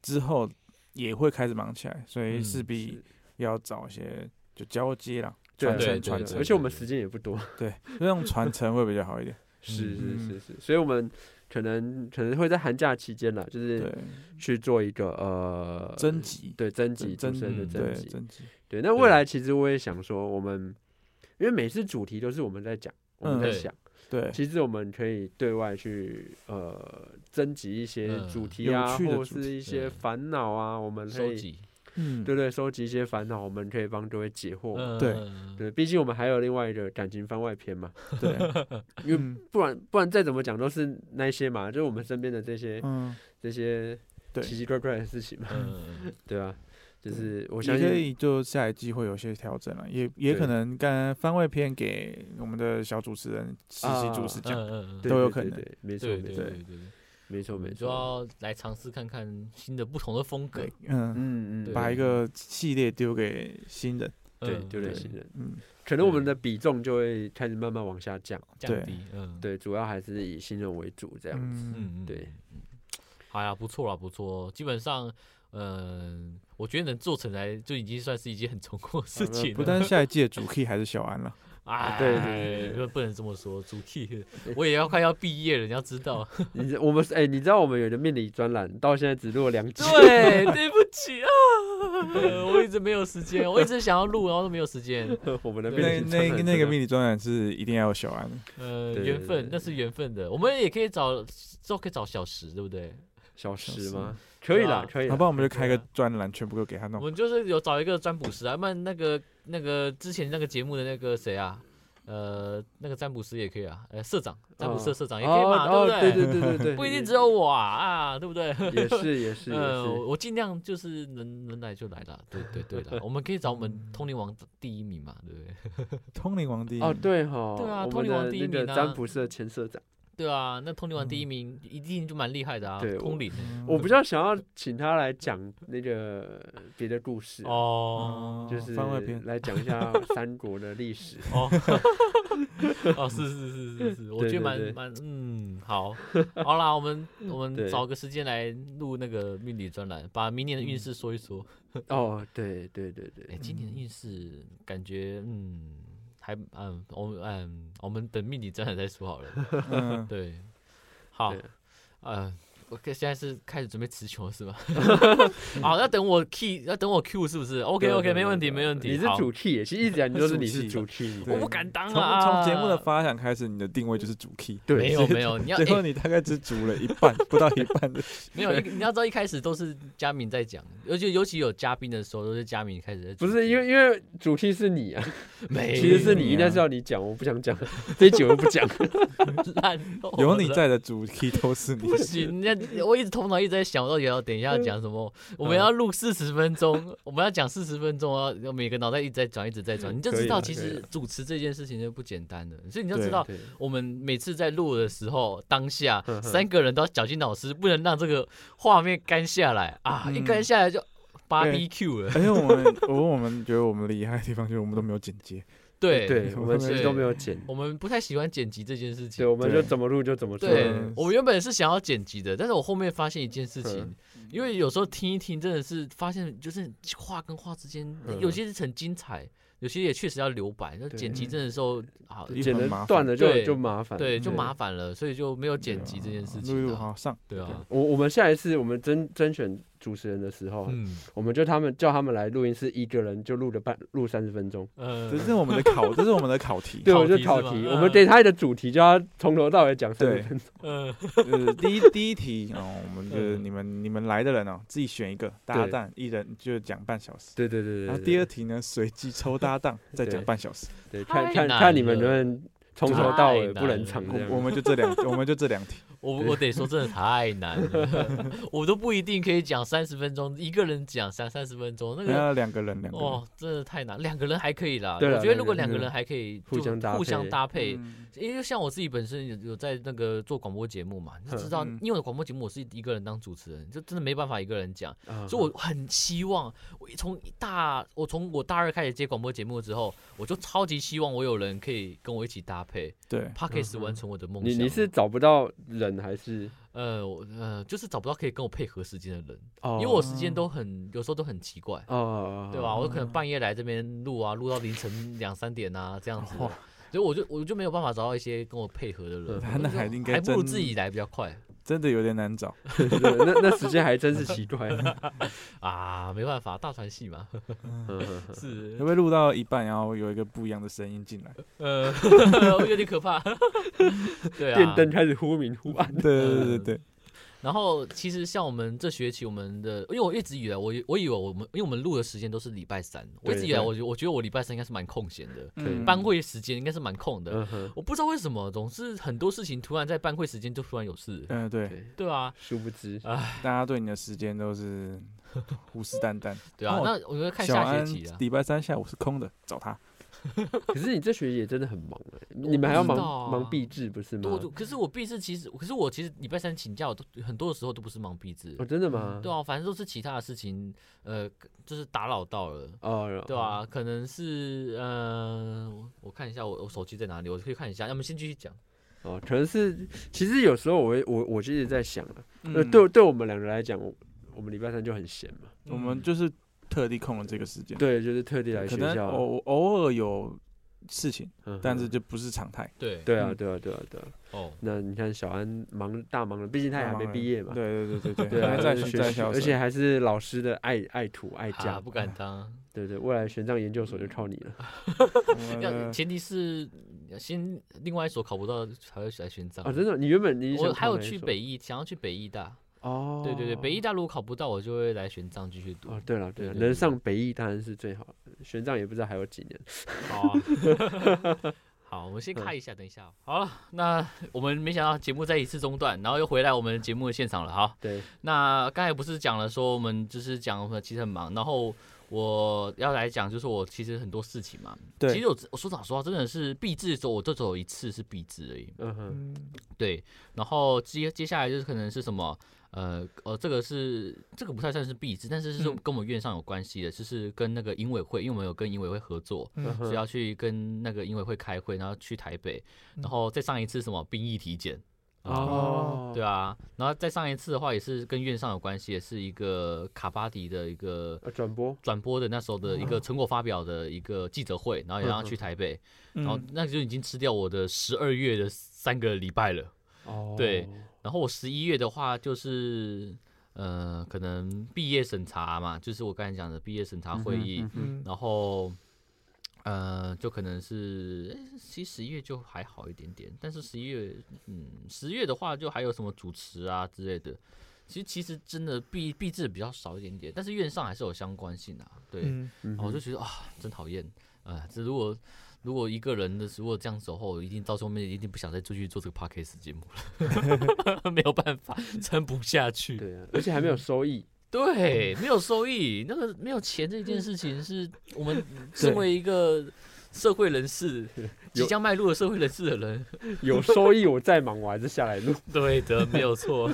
[SPEAKER 4] 之后也会开始忙起来，所以
[SPEAKER 1] 嗯
[SPEAKER 4] 势必
[SPEAKER 2] 是
[SPEAKER 4] 要找一些就交接啦，
[SPEAKER 2] 对啊
[SPEAKER 4] 传
[SPEAKER 1] 对
[SPEAKER 4] 承
[SPEAKER 1] 对
[SPEAKER 4] 传
[SPEAKER 1] 对
[SPEAKER 4] 承
[SPEAKER 2] 而，且我们时间也不多，
[SPEAKER 4] 对， 那种传承会比较好一点。
[SPEAKER 2] 是是
[SPEAKER 4] 嗯
[SPEAKER 2] 是是，所以我们可能可能会在寒假期间啦， 就是
[SPEAKER 4] 对，
[SPEAKER 2] 去做一个呃
[SPEAKER 4] 征集，
[SPEAKER 2] 对征集
[SPEAKER 4] 征
[SPEAKER 2] 主持人的
[SPEAKER 1] 嗯
[SPEAKER 2] 征
[SPEAKER 4] 对
[SPEAKER 2] 集。
[SPEAKER 4] 征集，
[SPEAKER 2] 对，那
[SPEAKER 1] 对
[SPEAKER 2] 未来其实我也想说，我们因为每次主题都是我们在讲，我
[SPEAKER 4] 嗯
[SPEAKER 2] 们在
[SPEAKER 1] 对
[SPEAKER 2] 想，
[SPEAKER 4] 对，
[SPEAKER 2] 其实我们可以对外去呃征集一些
[SPEAKER 1] 嗯
[SPEAKER 2] 主题
[SPEAKER 4] 有
[SPEAKER 2] 啊，
[SPEAKER 4] 趣的
[SPEAKER 2] 或
[SPEAKER 4] 主
[SPEAKER 2] 是一
[SPEAKER 1] 对
[SPEAKER 2] 些烦恼啊，我们可
[SPEAKER 1] 收
[SPEAKER 2] 以
[SPEAKER 1] 集，
[SPEAKER 4] 嗯，
[SPEAKER 2] 对对收集一些烦恼，我们可以帮各位解惑
[SPEAKER 1] 嗯，
[SPEAKER 2] 嘛。
[SPEAKER 4] 对
[SPEAKER 1] 嗯，
[SPEAKER 2] 对，毕竟我们还有另外一个感情番外篇嘛，
[SPEAKER 4] 对，
[SPEAKER 2] 因为
[SPEAKER 4] 嗯
[SPEAKER 2] 不然不然再怎么讲都是那些嘛，就是我们身边的这些
[SPEAKER 4] 嗯，
[SPEAKER 2] 这些
[SPEAKER 4] 对
[SPEAKER 2] 奇奇怪怪的事情嘛，
[SPEAKER 1] 嗯，
[SPEAKER 2] 对吧？就
[SPEAKER 4] 对
[SPEAKER 2] 是我
[SPEAKER 4] 我
[SPEAKER 2] 相
[SPEAKER 4] 可
[SPEAKER 2] 信，
[SPEAKER 4] 以就下一季会有些调整了，啊也也
[SPEAKER 2] 对
[SPEAKER 4] 可能干番外篇给我们的小主持人实习主
[SPEAKER 2] 啊
[SPEAKER 4] 持讲，
[SPEAKER 1] 嗯嗯嗯，
[SPEAKER 2] 对
[SPEAKER 4] 都有
[SPEAKER 2] 对
[SPEAKER 4] 可
[SPEAKER 2] 对
[SPEAKER 4] 能
[SPEAKER 2] 对没错
[SPEAKER 1] 对
[SPEAKER 2] 没
[SPEAKER 1] 对
[SPEAKER 2] 错
[SPEAKER 1] 对对。
[SPEAKER 2] 没错
[SPEAKER 1] 我
[SPEAKER 2] 没
[SPEAKER 1] 们就
[SPEAKER 2] 错，
[SPEAKER 1] 要来尝试看看新的不同的风格
[SPEAKER 4] 对，，嗯，
[SPEAKER 2] 啊嗯
[SPEAKER 1] 对
[SPEAKER 4] 把一个系列丢给新人，
[SPEAKER 2] 对
[SPEAKER 1] 嗯
[SPEAKER 2] 丢给
[SPEAKER 1] 对
[SPEAKER 2] 新人，
[SPEAKER 4] 嗯，
[SPEAKER 2] 可能我们
[SPEAKER 1] 对
[SPEAKER 2] 的比重就会开始慢慢往下降。
[SPEAKER 1] 降低，嗯，
[SPEAKER 2] 对，主要还是以新人为主这样子。
[SPEAKER 4] 嗯，
[SPEAKER 1] 嗯，嗯
[SPEAKER 2] 对，
[SPEAKER 1] 嗯好呀，不错啦，不错，基本上，嗯，我觉得能做成来就已经算是一件很成功的事
[SPEAKER 4] 好
[SPEAKER 1] 情
[SPEAKER 4] 不
[SPEAKER 1] 了。
[SPEAKER 4] 但下一季的主 key 还是小 安了，
[SPEAKER 1] 哎，
[SPEAKER 2] 对对对
[SPEAKER 1] 不不能这么说，主 key，我也要快要毕业了，你要知 道。
[SPEAKER 2] 你知我们是哎、你知道我们有的命理专栏到现在只录了两集，
[SPEAKER 1] 对，对不起啊，呃我一直没有时间，我一直想要录，然后都没有时间。
[SPEAKER 2] 我们的命
[SPEAKER 4] 那
[SPEAKER 2] 理专
[SPEAKER 4] 那
[SPEAKER 2] 栏
[SPEAKER 4] 那个
[SPEAKER 2] 真的
[SPEAKER 4] 迷你专栏是一定要有小安的，
[SPEAKER 1] 呃，
[SPEAKER 2] 对
[SPEAKER 1] 缘
[SPEAKER 2] 对
[SPEAKER 1] 分
[SPEAKER 2] 对
[SPEAKER 1] 那是缘分的，我们也可以找，之后可以找小石，对不对？
[SPEAKER 2] 小时
[SPEAKER 4] 小
[SPEAKER 2] 吗？可以啦
[SPEAKER 1] 啊，
[SPEAKER 2] 可以啦
[SPEAKER 4] 好不。好？我们就开个
[SPEAKER 1] 对啊
[SPEAKER 4] 专栏，全部都给他
[SPEAKER 1] 我
[SPEAKER 4] 弄，
[SPEAKER 1] 们就是有找一个占卜师啊，不然那个那个之前那个节目的那个谁啊，呃，那个占卜师也可以啊，呃，社长，占卜社社长也可以嘛，对
[SPEAKER 2] 哦
[SPEAKER 1] 不
[SPEAKER 2] 哦对对对对对，
[SPEAKER 1] 不一定
[SPEAKER 2] 也
[SPEAKER 1] 只有我啊，啊，对不对？
[SPEAKER 2] 也是也是 也
[SPEAKER 1] 呃，
[SPEAKER 2] 是，
[SPEAKER 1] 我我尽量就是能能来就来啦，对对对 啦，我们可以找我们通灵王第一名嘛，对不对？
[SPEAKER 4] 通灵王第一
[SPEAKER 2] 哦
[SPEAKER 4] 名，
[SPEAKER 2] 对哈，
[SPEAKER 1] 对啊
[SPEAKER 2] 我
[SPEAKER 1] 通
[SPEAKER 2] 们
[SPEAKER 1] 灵王
[SPEAKER 2] 的
[SPEAKER 1] 第一
[SPEAKER 2] 那个
[SPEAKER 1] 名啊
[SPEAKER 2] 占卜社前社长，
[SPEAKER 1] 对啊，那通灵王第一名一定就蛮厉害的啊，
[SPEAKER 2] 对我
[SPEAKER 1] 通灵欸
[SPEAKER 4] 嗯
[SPEAKER 2] 我比较想要请他来讲那个别的故事，
[SPEAKER 1] 哦
[SPEAKER 2] 就是
[SPEAKER 4] 番外篇
[SPEAKER 2] 来讲一下三国的历史。
[SPEAKER 1] 哦 哦，是是是是是，我
[SPEAKER 2] 对
[SPEAKER 1] 觉得
[SPEAKER 2] 对
[SPEAKER 1] 蛮
[SPEAKER 2] 对
[SPEAKER 1] 蛮嗯，好，好啦，我 们我们
[SPEAKER 2] 对
[SPEAKER 1] 找个时间来录那个命理专栏，把明年的运
[SPEAKER 2] 嗯
[SPEAKER 1] 势说一说。
[SPEAKER 2] 哦，对对对
[SPEAKER 1] 哎，
[SPEAKER 2] 对，
[SPEAKER 1] 今年的运势感觉嗯还嗯，我们嗯我们等命理专栏再说好了。
[SPEAKER 4] 嗯，
[SPEAKER 1] 对，好
[SPEAKER 2] 对，
[SPEAKER 1] 呃，我可现在是开始准备持球 是吧？好，要等我 key，要等我 Q 是不是？OK
[SPEAKER 2] 对
[SPEAKER 1] OK，
[SPEAKER 2] 对
[SPEAKER 1] 没
[SPEAKER 2] 对
[SPEAKER 1] 问题
[SPEAKER 2] 对
[SPEAKER 1] 没问题。
[SPEAKER 2] 你是
[SPEAKER 1] 好
[SPEAKER 2] 主 key，耶其实一直讲你都是你是主
[SPEAKER 4] 主
[SPEAKER 2] key，
[SPEAKER 4] 对
[SPEAKER 1] 我不敢当
[SPEAKER 4] 从
[SPEAKER 1] 啊。
[SPEAKER 4] 从节目的发想开始，你的定位就是主 key，
[SPEAKER 2] 对，
[SPEAKER 1] 没有没有，你要、
[SPEAKER 4] 最后
[SPEAKER 1] 欸、
[SPEAKER 4] 你大概只主了一半，不到一半的。
[SPEAKER 1] 没有，一你要知道一开始都是嘉敏在讲，尤其尤其有嘉宾的时候都是嘉敏开始在主
[SPEAKER 2] 不
[SPEAKER 1] 持。
[SPEAKER 2] 是因为因为主题是你啊，
[SPEAKER 1] 没
[SPEAKER 2] 其实是你
[SPEAKER 4] 你啊
[SPEAKER 2] 应该是要你讲，我不想讲，这一集我又不讲。
[SPEAKER 1] 烂透
[SPEAKER 4] 有你
[SPEAKER 1] 了。
[SPEAKER 4] 在的主 key 都是你
[SPEAKER 1] 不。行，人家我一直头脑一直在想，我到底要等一下讲什么？
[SPEAKER 2] 嗯
[SPEAKER 1] 我们要录四十分钟，我们要讲四十分钟啊，要每个脑袋一直在转，一直在转，你就
[SPEAKER 2] 可以
[SPEAKER 1] 知道
[SPEAKER 2] 了
[SPEAKER 1] 其
[SPEAKER 2] 可以
[SPEAKER 1] 实
[SPEAKER 2] 了
[SPEAKER 1] 主持这件事情就不简单的，所以你就知
[SPEAKER 4] 对
[SPEAKER 1] 道
[SPEAKER 2] 对
[SPEAKER 1] 我们每次在录的时候，当下
[SPEAKER 2] 嗯嗯
[SPEAKER 1] 三个人都要绞尽脑汁，不能让这个画面干下来啊！一
[SPEAKER 4] 嗯
[SPEAKER 1] 干下来就 BBQ 了，
[SPEAKER 4] 而且我们，我我们觉得我们厉害的地方就是我们都没有剪接，
[SPEAKER 1] 对
[SPEAKER 2] 对，我们其实都没有剪，
[SPEAKER 1] 我们不太喜欢剪辑这件事
[SPEAKER 2] 对，
[SPEAKER 1] 情。
[SPEAKER 2] 我们就怎么录就怎么做。
[SPEAKER 1] 对
[SPEAKER 4] 嗯
[SPEAKER 1] 我原本是想要剪辑的，但是我后面发现一件事情
[SPEAKER 2] 嗯，
[SPEAKER 1] 因为有时候听一听，真的是发现就是话跟话之间，
[SPEAKER 2] 嗯
[SPEAKER 1] 有些是很精彩，有些也确实要留白。那
[SPEAKER 2] 对
[SPEAKER 1] 剪辑真的时候，好
[SPEAKER 4] 对
[SPEAKER 2] 剪
[SPEAKER 4] 很
[SPEAKER 2] 了
[SPEAKER 4] 麻烦
[SPEAKER 2] 断了就
[SPEAKER 1] 对
[SPEAKER 2] 就麻烦。
[SPEAKER 1] 对，就麻烦了，所以就没有剪辑这件事
[SPEAKER 4] 录一
[SPEAKER 1] 情
[SPEAKER 4] 录
[SPEAKER 1] 啊。
[SPEAKER 4] 好上，
[SPEAKER 1] 对啊，
[SPEAKER 2] 我我们下一次我们甄甄选主持人的时候，
[SPEAKER 1] 嗯
[SPEAKER 2] 我们就他们叫他们来录音室，一个人就录了半录三十分钟。
[SPEAKER 4] 这
[SPEAKER 1] 呃，
[SPEAKER 4] 是我们的考，这是我们的考题。
[SPEAKER 2] 对，
[SPEAKER 1] 考
[SPEAKER 2] 我就
[SPEAKER 1] 题
[SPEAKER 2] 考
[SPEAKER 1] 是
[SPEAKER 2] 题，
[SPEAKER 1] 吗
[SPEAKER 2] 我
[SPEAKER 1] 嗯
[SPEAKER 2] 们给他的主题就要从头到尾讲三十
[SPEAKER 4] 对
[SPEAKER 2] 分钟。
[SPEAKER 1] 呃，
[SPEAKER 4] 呃，第一第一题哦，我们就是你们你们来的人哦，自己选一个搭档，一人就讲半小时。
[SPEAKER 2] 对对对对。
[SPEAKER 4] 然后
[SPEAKER 2] 对
[SPEAKER 4] 第二，题呢，随机抽搭档，再讲
[SPEAKER 2] 对
[SPEAKER 4] 半小时。
[SPEAKER 2] 对，看
[SPEAKER 1] 太
[SPEAKER 2] 看
[SPEAKER 1] 难
[SPEAKER 2] 看你们
[SPEAKER 1] 了
[SPEAKER 2] 能不能从头
[SPEAKER 1] 太
[SPEAKER 2] 到尾
[SPEAKER 1] 难
[SPEAKER 2] 不冷
[SPEAKER 1] 了
[SPEAKER 2] 场这样。
[SPEAKER 4] 我我们就这两，我们就这两题。
[SPEAKER 1] 我我得说真的太难了， 我都不一定可以讲三十分钟，一个人讲三三十分钟那个。
[SPEAKER 4] 那两个人，两个人。
[SPEAKER 1] 哦，真的太难，两个人还可以啦。
[SPEAKER 2] 对啦
[SPEAKER 1] 我觉得如果两
[SPEAKER 2] 两个
[SPEAKER 1] 个
[SPEAKER 2] 人
[SPEAKER 1] 人还可以，
[SPEAKER 2] 互
[SPEAKER 1] 就
[SPEAKER 2] 相搭
[SPEAKER 1] 互相
[SPEAKER 2] 配
[SPEAKER 1] 搭配，
[SPEAKER 4] 嗯
[SPEAKER 1] 因为像我自己本身有有在那个做广播节目嘛，你就知道
[SPEAKER 4] 嗯，
[SPEAKER 1] 因为我广播节目我是一个人当主持人，就真的没办法一个人讲，
[SPEAKER 2] 啊
[SPEAKER 1] 所以我很希望，我从大我从我大二开始接广播节目之后，我就超级希望我有人可以跟我一起搭配
[SPEAKER 4] 对，
[SPEAKER 1] ，Pockets
[SPEAKER 2] 嗯哼
[SPEAKER 1] 完成我的梦
[SPEAKER 2] 你
[SPEAKER 1] 想。
[SPEAKER 2] 你是找不到人还是？
[SPEAKER 1] 呃我呃，就是找不到可以跟我配合时间的人，
[SPEAKER 2] 哦
[SPEAKER 1] 因为我时间都很有时候都很奇怪。
[SPEAKER 2] 哦，
[SPEAKER 1] 对吧？我可能半夜来这边录啊，录到凌晨两三点啊，这样子的
[SPEAKER 4] 哇，
[SPEAKER 1] 所以我就我就没有办法找到一些跟我配合的人，
[SPEAKER 2] 嗯
[SPEAKER 1] 我就
[SPEAKER 4] 那
[SPEAKER 1] 说
[SPEAKER 4] 还应该
[SPEAKER 1] 还不如
[SPEAKER 4] 真
[SPEAKER 1] 自己来比较快
[SPEAKER 4] 真的有点难找。
[SPEAKER 2] 对那那时间还真是奇怪。
[SPEAKER 1] 啊，没办法，大传系嘛，
[SPEAKER 2] 嗯
[SPEAKER 4] 会
[SPEAKER 1] 是
[SPEAKER 4] 不会录到一半，然后有一个不一样的声音进来？
[SPEAKER 1] 呃有点可怕， 对
[SPEAKER 2] 电
[SPEAKER 1] 啊。
[SPEAKER 2] 灯开始忽明忽暗。
[SPEAKER 4] 对对对对
[SPEAKER 1] 然后其实像我们这学期我们的，因为我一直以来我以我以为我们因为我们录的时间都是礼拜三，我一
[SPEAKER 2] 对
[SPEAKER 1] 直以来
[SPEAKER 2] 对
[SPEAKER 1] 我觉我觉得我礼拜三应该是蛮空闲的，
[SPEAKER 4] 对，
[SPEAKER 2] 对
[SPEAKER 4] 嗯
[SPEAKER 1] 班会时间应该是蛮空的。
[SPEAKER 2] 嗯哼，
[SPEAKER 1] 我不知道为什么，总是很多事情突然在班会时间就突然有事，
[SPEAKER 4] 嗯对，
[SPEAKER 2] 对，
[SPEAKER 1] 对啊，
[SPEAKER 2] 殊不知，
[SPEAKER 4] 大家对你的时间都是 虎视眈眈。
[SPEAKER 1] 对啊，
[SPEAKER 4] 哦
[SPEAKER 1] 那我觉得看
[SPEAKER 4] 小
[SPEAKER 1] 下
[SPEAKER 4] 安
[SPEAKER 1] 学期啊。
[SPEAKER 4] 礼拜三下午是空的，找他。
[SPEAKER 2] 可是你这学期也真的很忙哎，你们还要
[SPEAKER 1] 我不
[SPEAKER 2] 忙
[SPEAKER 1] 知道啊
[SPEAKER 2] 忙毕制不是吗
[SPEAKER 1] 对，？我就可是我毕制其实，可是我其实礼拜三请假，我都很多的时候都不是忙毕制
[SPEAKER 2] 哦，，真的吗？
[SPEAKER 1] 对啊，反正都是其他的事情，呃，就是打扰到了，
[SPEAKER 2] 哦，
[SPEAKER 1] 对啊，可能是呃，我我看一下我我手机在哪里，我可以看一下，要么先继续讲，
[SPEAKER 2] 哦，可能是，其实有时候我会我我其实在想啊，
[SPEAKER 1] 嗯
[SPEAKER 2] 呃，对，对我们两个来讲，我我们礼拜三就很闲嘛，
[SPEAKER 4] 我们就是特地空了这个时间。
[SPEAKER 2] 对，就是特地来
[SPEAKER 4] 可
[SPEAKER 2] 学
[SPEAKER 4] 能
[SPEAKER 2] 校
[SPEAKER 1] 哦
[SPEAKER 2] 啊，
[SPEAKER 4] 偶偶尔有事情，
[SPEAKER 2] 嗯哼
[SPEAKER 4] 但是就不是常态。
[SPEAKER 1] 对
[SPEAKER 2] 对啊，
[SPEAKER 4] 嗯
[SPEAKER 2] 对啊，对啊，对啊，
[SPEAKER 1] 哦，
[SPEAKER 2] 那你看小安忙大忙人，毕竟他也还没毕业嘛，
[SPEAKER 4] 对对对对
[SPEAKER 2] 对
[SPEAKER 4] 还
[SPEAKER 2] 啊，
[SPEAKER 4] 在
[SPEAKER 2] 就是
[SPEAKER 4] 学
[SPEAKER 2] 学
[SPEAKER 4] 在
[SPEAKER 2] 习
[SPEAKER 4] 校生，
[SPEAKER 2] 而且还是老师的爱爱土爱
[SPEAKER 1] 啊
[SPEAKER 2] 家，
[SPEAKER 1] 不敢嗯当，
[SPEAKER 2] 对对，未来玄奘研究所就靠你了
[SPEAKER 4] 我们
[SPEAKER 2] 呃
[SPEAKER 1] 要
[SPEAKER 4] 的
[SPEAKER 1] 前提是先另外一所考不到才会来选
[SPEAKER 2] 啊！
[SPEAKER 1] 长，
[SPEAKER 2] 真的，你原本你
[SPEAKER 1] 我
[SPEAKER 2] 想
[SPEAKER 1] 还有
[SPEAKER 2] 考哪一
[SPEAKER 1] 去
[SPEAKER 2] 所
[SPEAKER 1] 北艺，想要去北艺大，
[SPEAKER 2] 哦，
[SPEAKER 1] 对对对，北艺大如果考不到，我就会来玄奘继续读
[SPEAKER 2] 哦，，对了对了，
[SPEAKER 1] 对对
[SPEAKER 2] 能上北艺当然是最好的，玄奘也不知道还有几年，
[SPEAKER 1] 好、啊，哦 好，我们先看一
[SPEAKER 4] 嗯
[SPEAKER 1] 下，等一下哦。好了，那我们没想到节目再一次中断，然后又回来我们节目的现场了。好，
[SPEAKER 2] 对，
[SPEAKER 1] 那刚才不是讲了说我们就是讲我们其实很忙，然后我要来讲，就是我其实很多事情嘛，
[SPEAKER 4] 对
[SPEAKER 1] 其实我我说老实话，真的是避制的时候，我就只有一次是避制而已。
[SPEAKER 2] 嗯哼，
[SPEAKER 4] 嗯
[SPEAKER 1] 对，然后接接下来就是可能是什么，呃呃，这个是这个不太算是壁纸，但是是
[SPEAKER 4] 嗯
[SPEAKER 1] 跟我们院上有关系的，就是跟那个营委会，因为我们有跟营委会合作，
[SPEAKER 2] 嗯
[SPEAKER 1] 所以
[SPEAKER 2] 哼，
[SPEAKER 1] 要去跟那个营委会开会，然后去台北，
[SPEAKER 4] 嗯
[SPEAKER 1] 然后再上一次什么兵役体检。
[SPEAKER 2] 哦，
[SPEAKER 1] 对啊，然后再上一次的话也是跟院上有关系，也是一个卡巴迪的一个
[SPEAKER 2] 啊，转播，
[SPEAKER 1] 转播的那时候的
[SPEAKER 2] 哦
[SPEAKER 1] 一个成果发表的一个记者会，然后也让他
[SPEAKER 2] 嗯
[SPEAKER 1] 去台北，然后那就已经吃掉我的十二月的三个礼拜了。
[SPEAKER 2] 哦，
[SPEAKER 1] 对，然后我十一月的话就是，呃，可能毕业审查嘛，就是我刚才讲的毕业审查会议，
[SPEAKER 2] 嗯哼，
[SPEAKER 4] 嗯
[SPEAKER 1] 然后，呃，就可能是，诶其实十一月就还好一点点，但是十一月，嗯，十月的话就还有什么主持啊之类的，其实其实真的毕毕制比较少一点点，但是院上还是有相关性啊，对，
[SPEAKER 4] 嗯
[SPEAKER 2] 嗯
[SPEAKER 1] 然
[SPEAKER 2] 哼
[SPEAKER 1] 后我就觉得啊，真讨厌，啊，这如果。如果一个人的如果这样子的话，我一定到时候面一定不想再继续做这个 podcast 节目了， 没有办法撑不下去。
[SPEAKER 2] 对啊，而且还没
[SPEAKER 1] 嗯
[SPEAKER 2] 有收益，
[SPEAKER 1] 对，没有收益，那个没有钱这件事情，是我们身为一个社会人士，即
[SPEAKER 2] 有
[SPEAKER 1] 将迈入了社会人士的人，
[SPEAKER 2] 有收益我再忙我还是下来 录，
[SPEAKER 1] 对的，没有错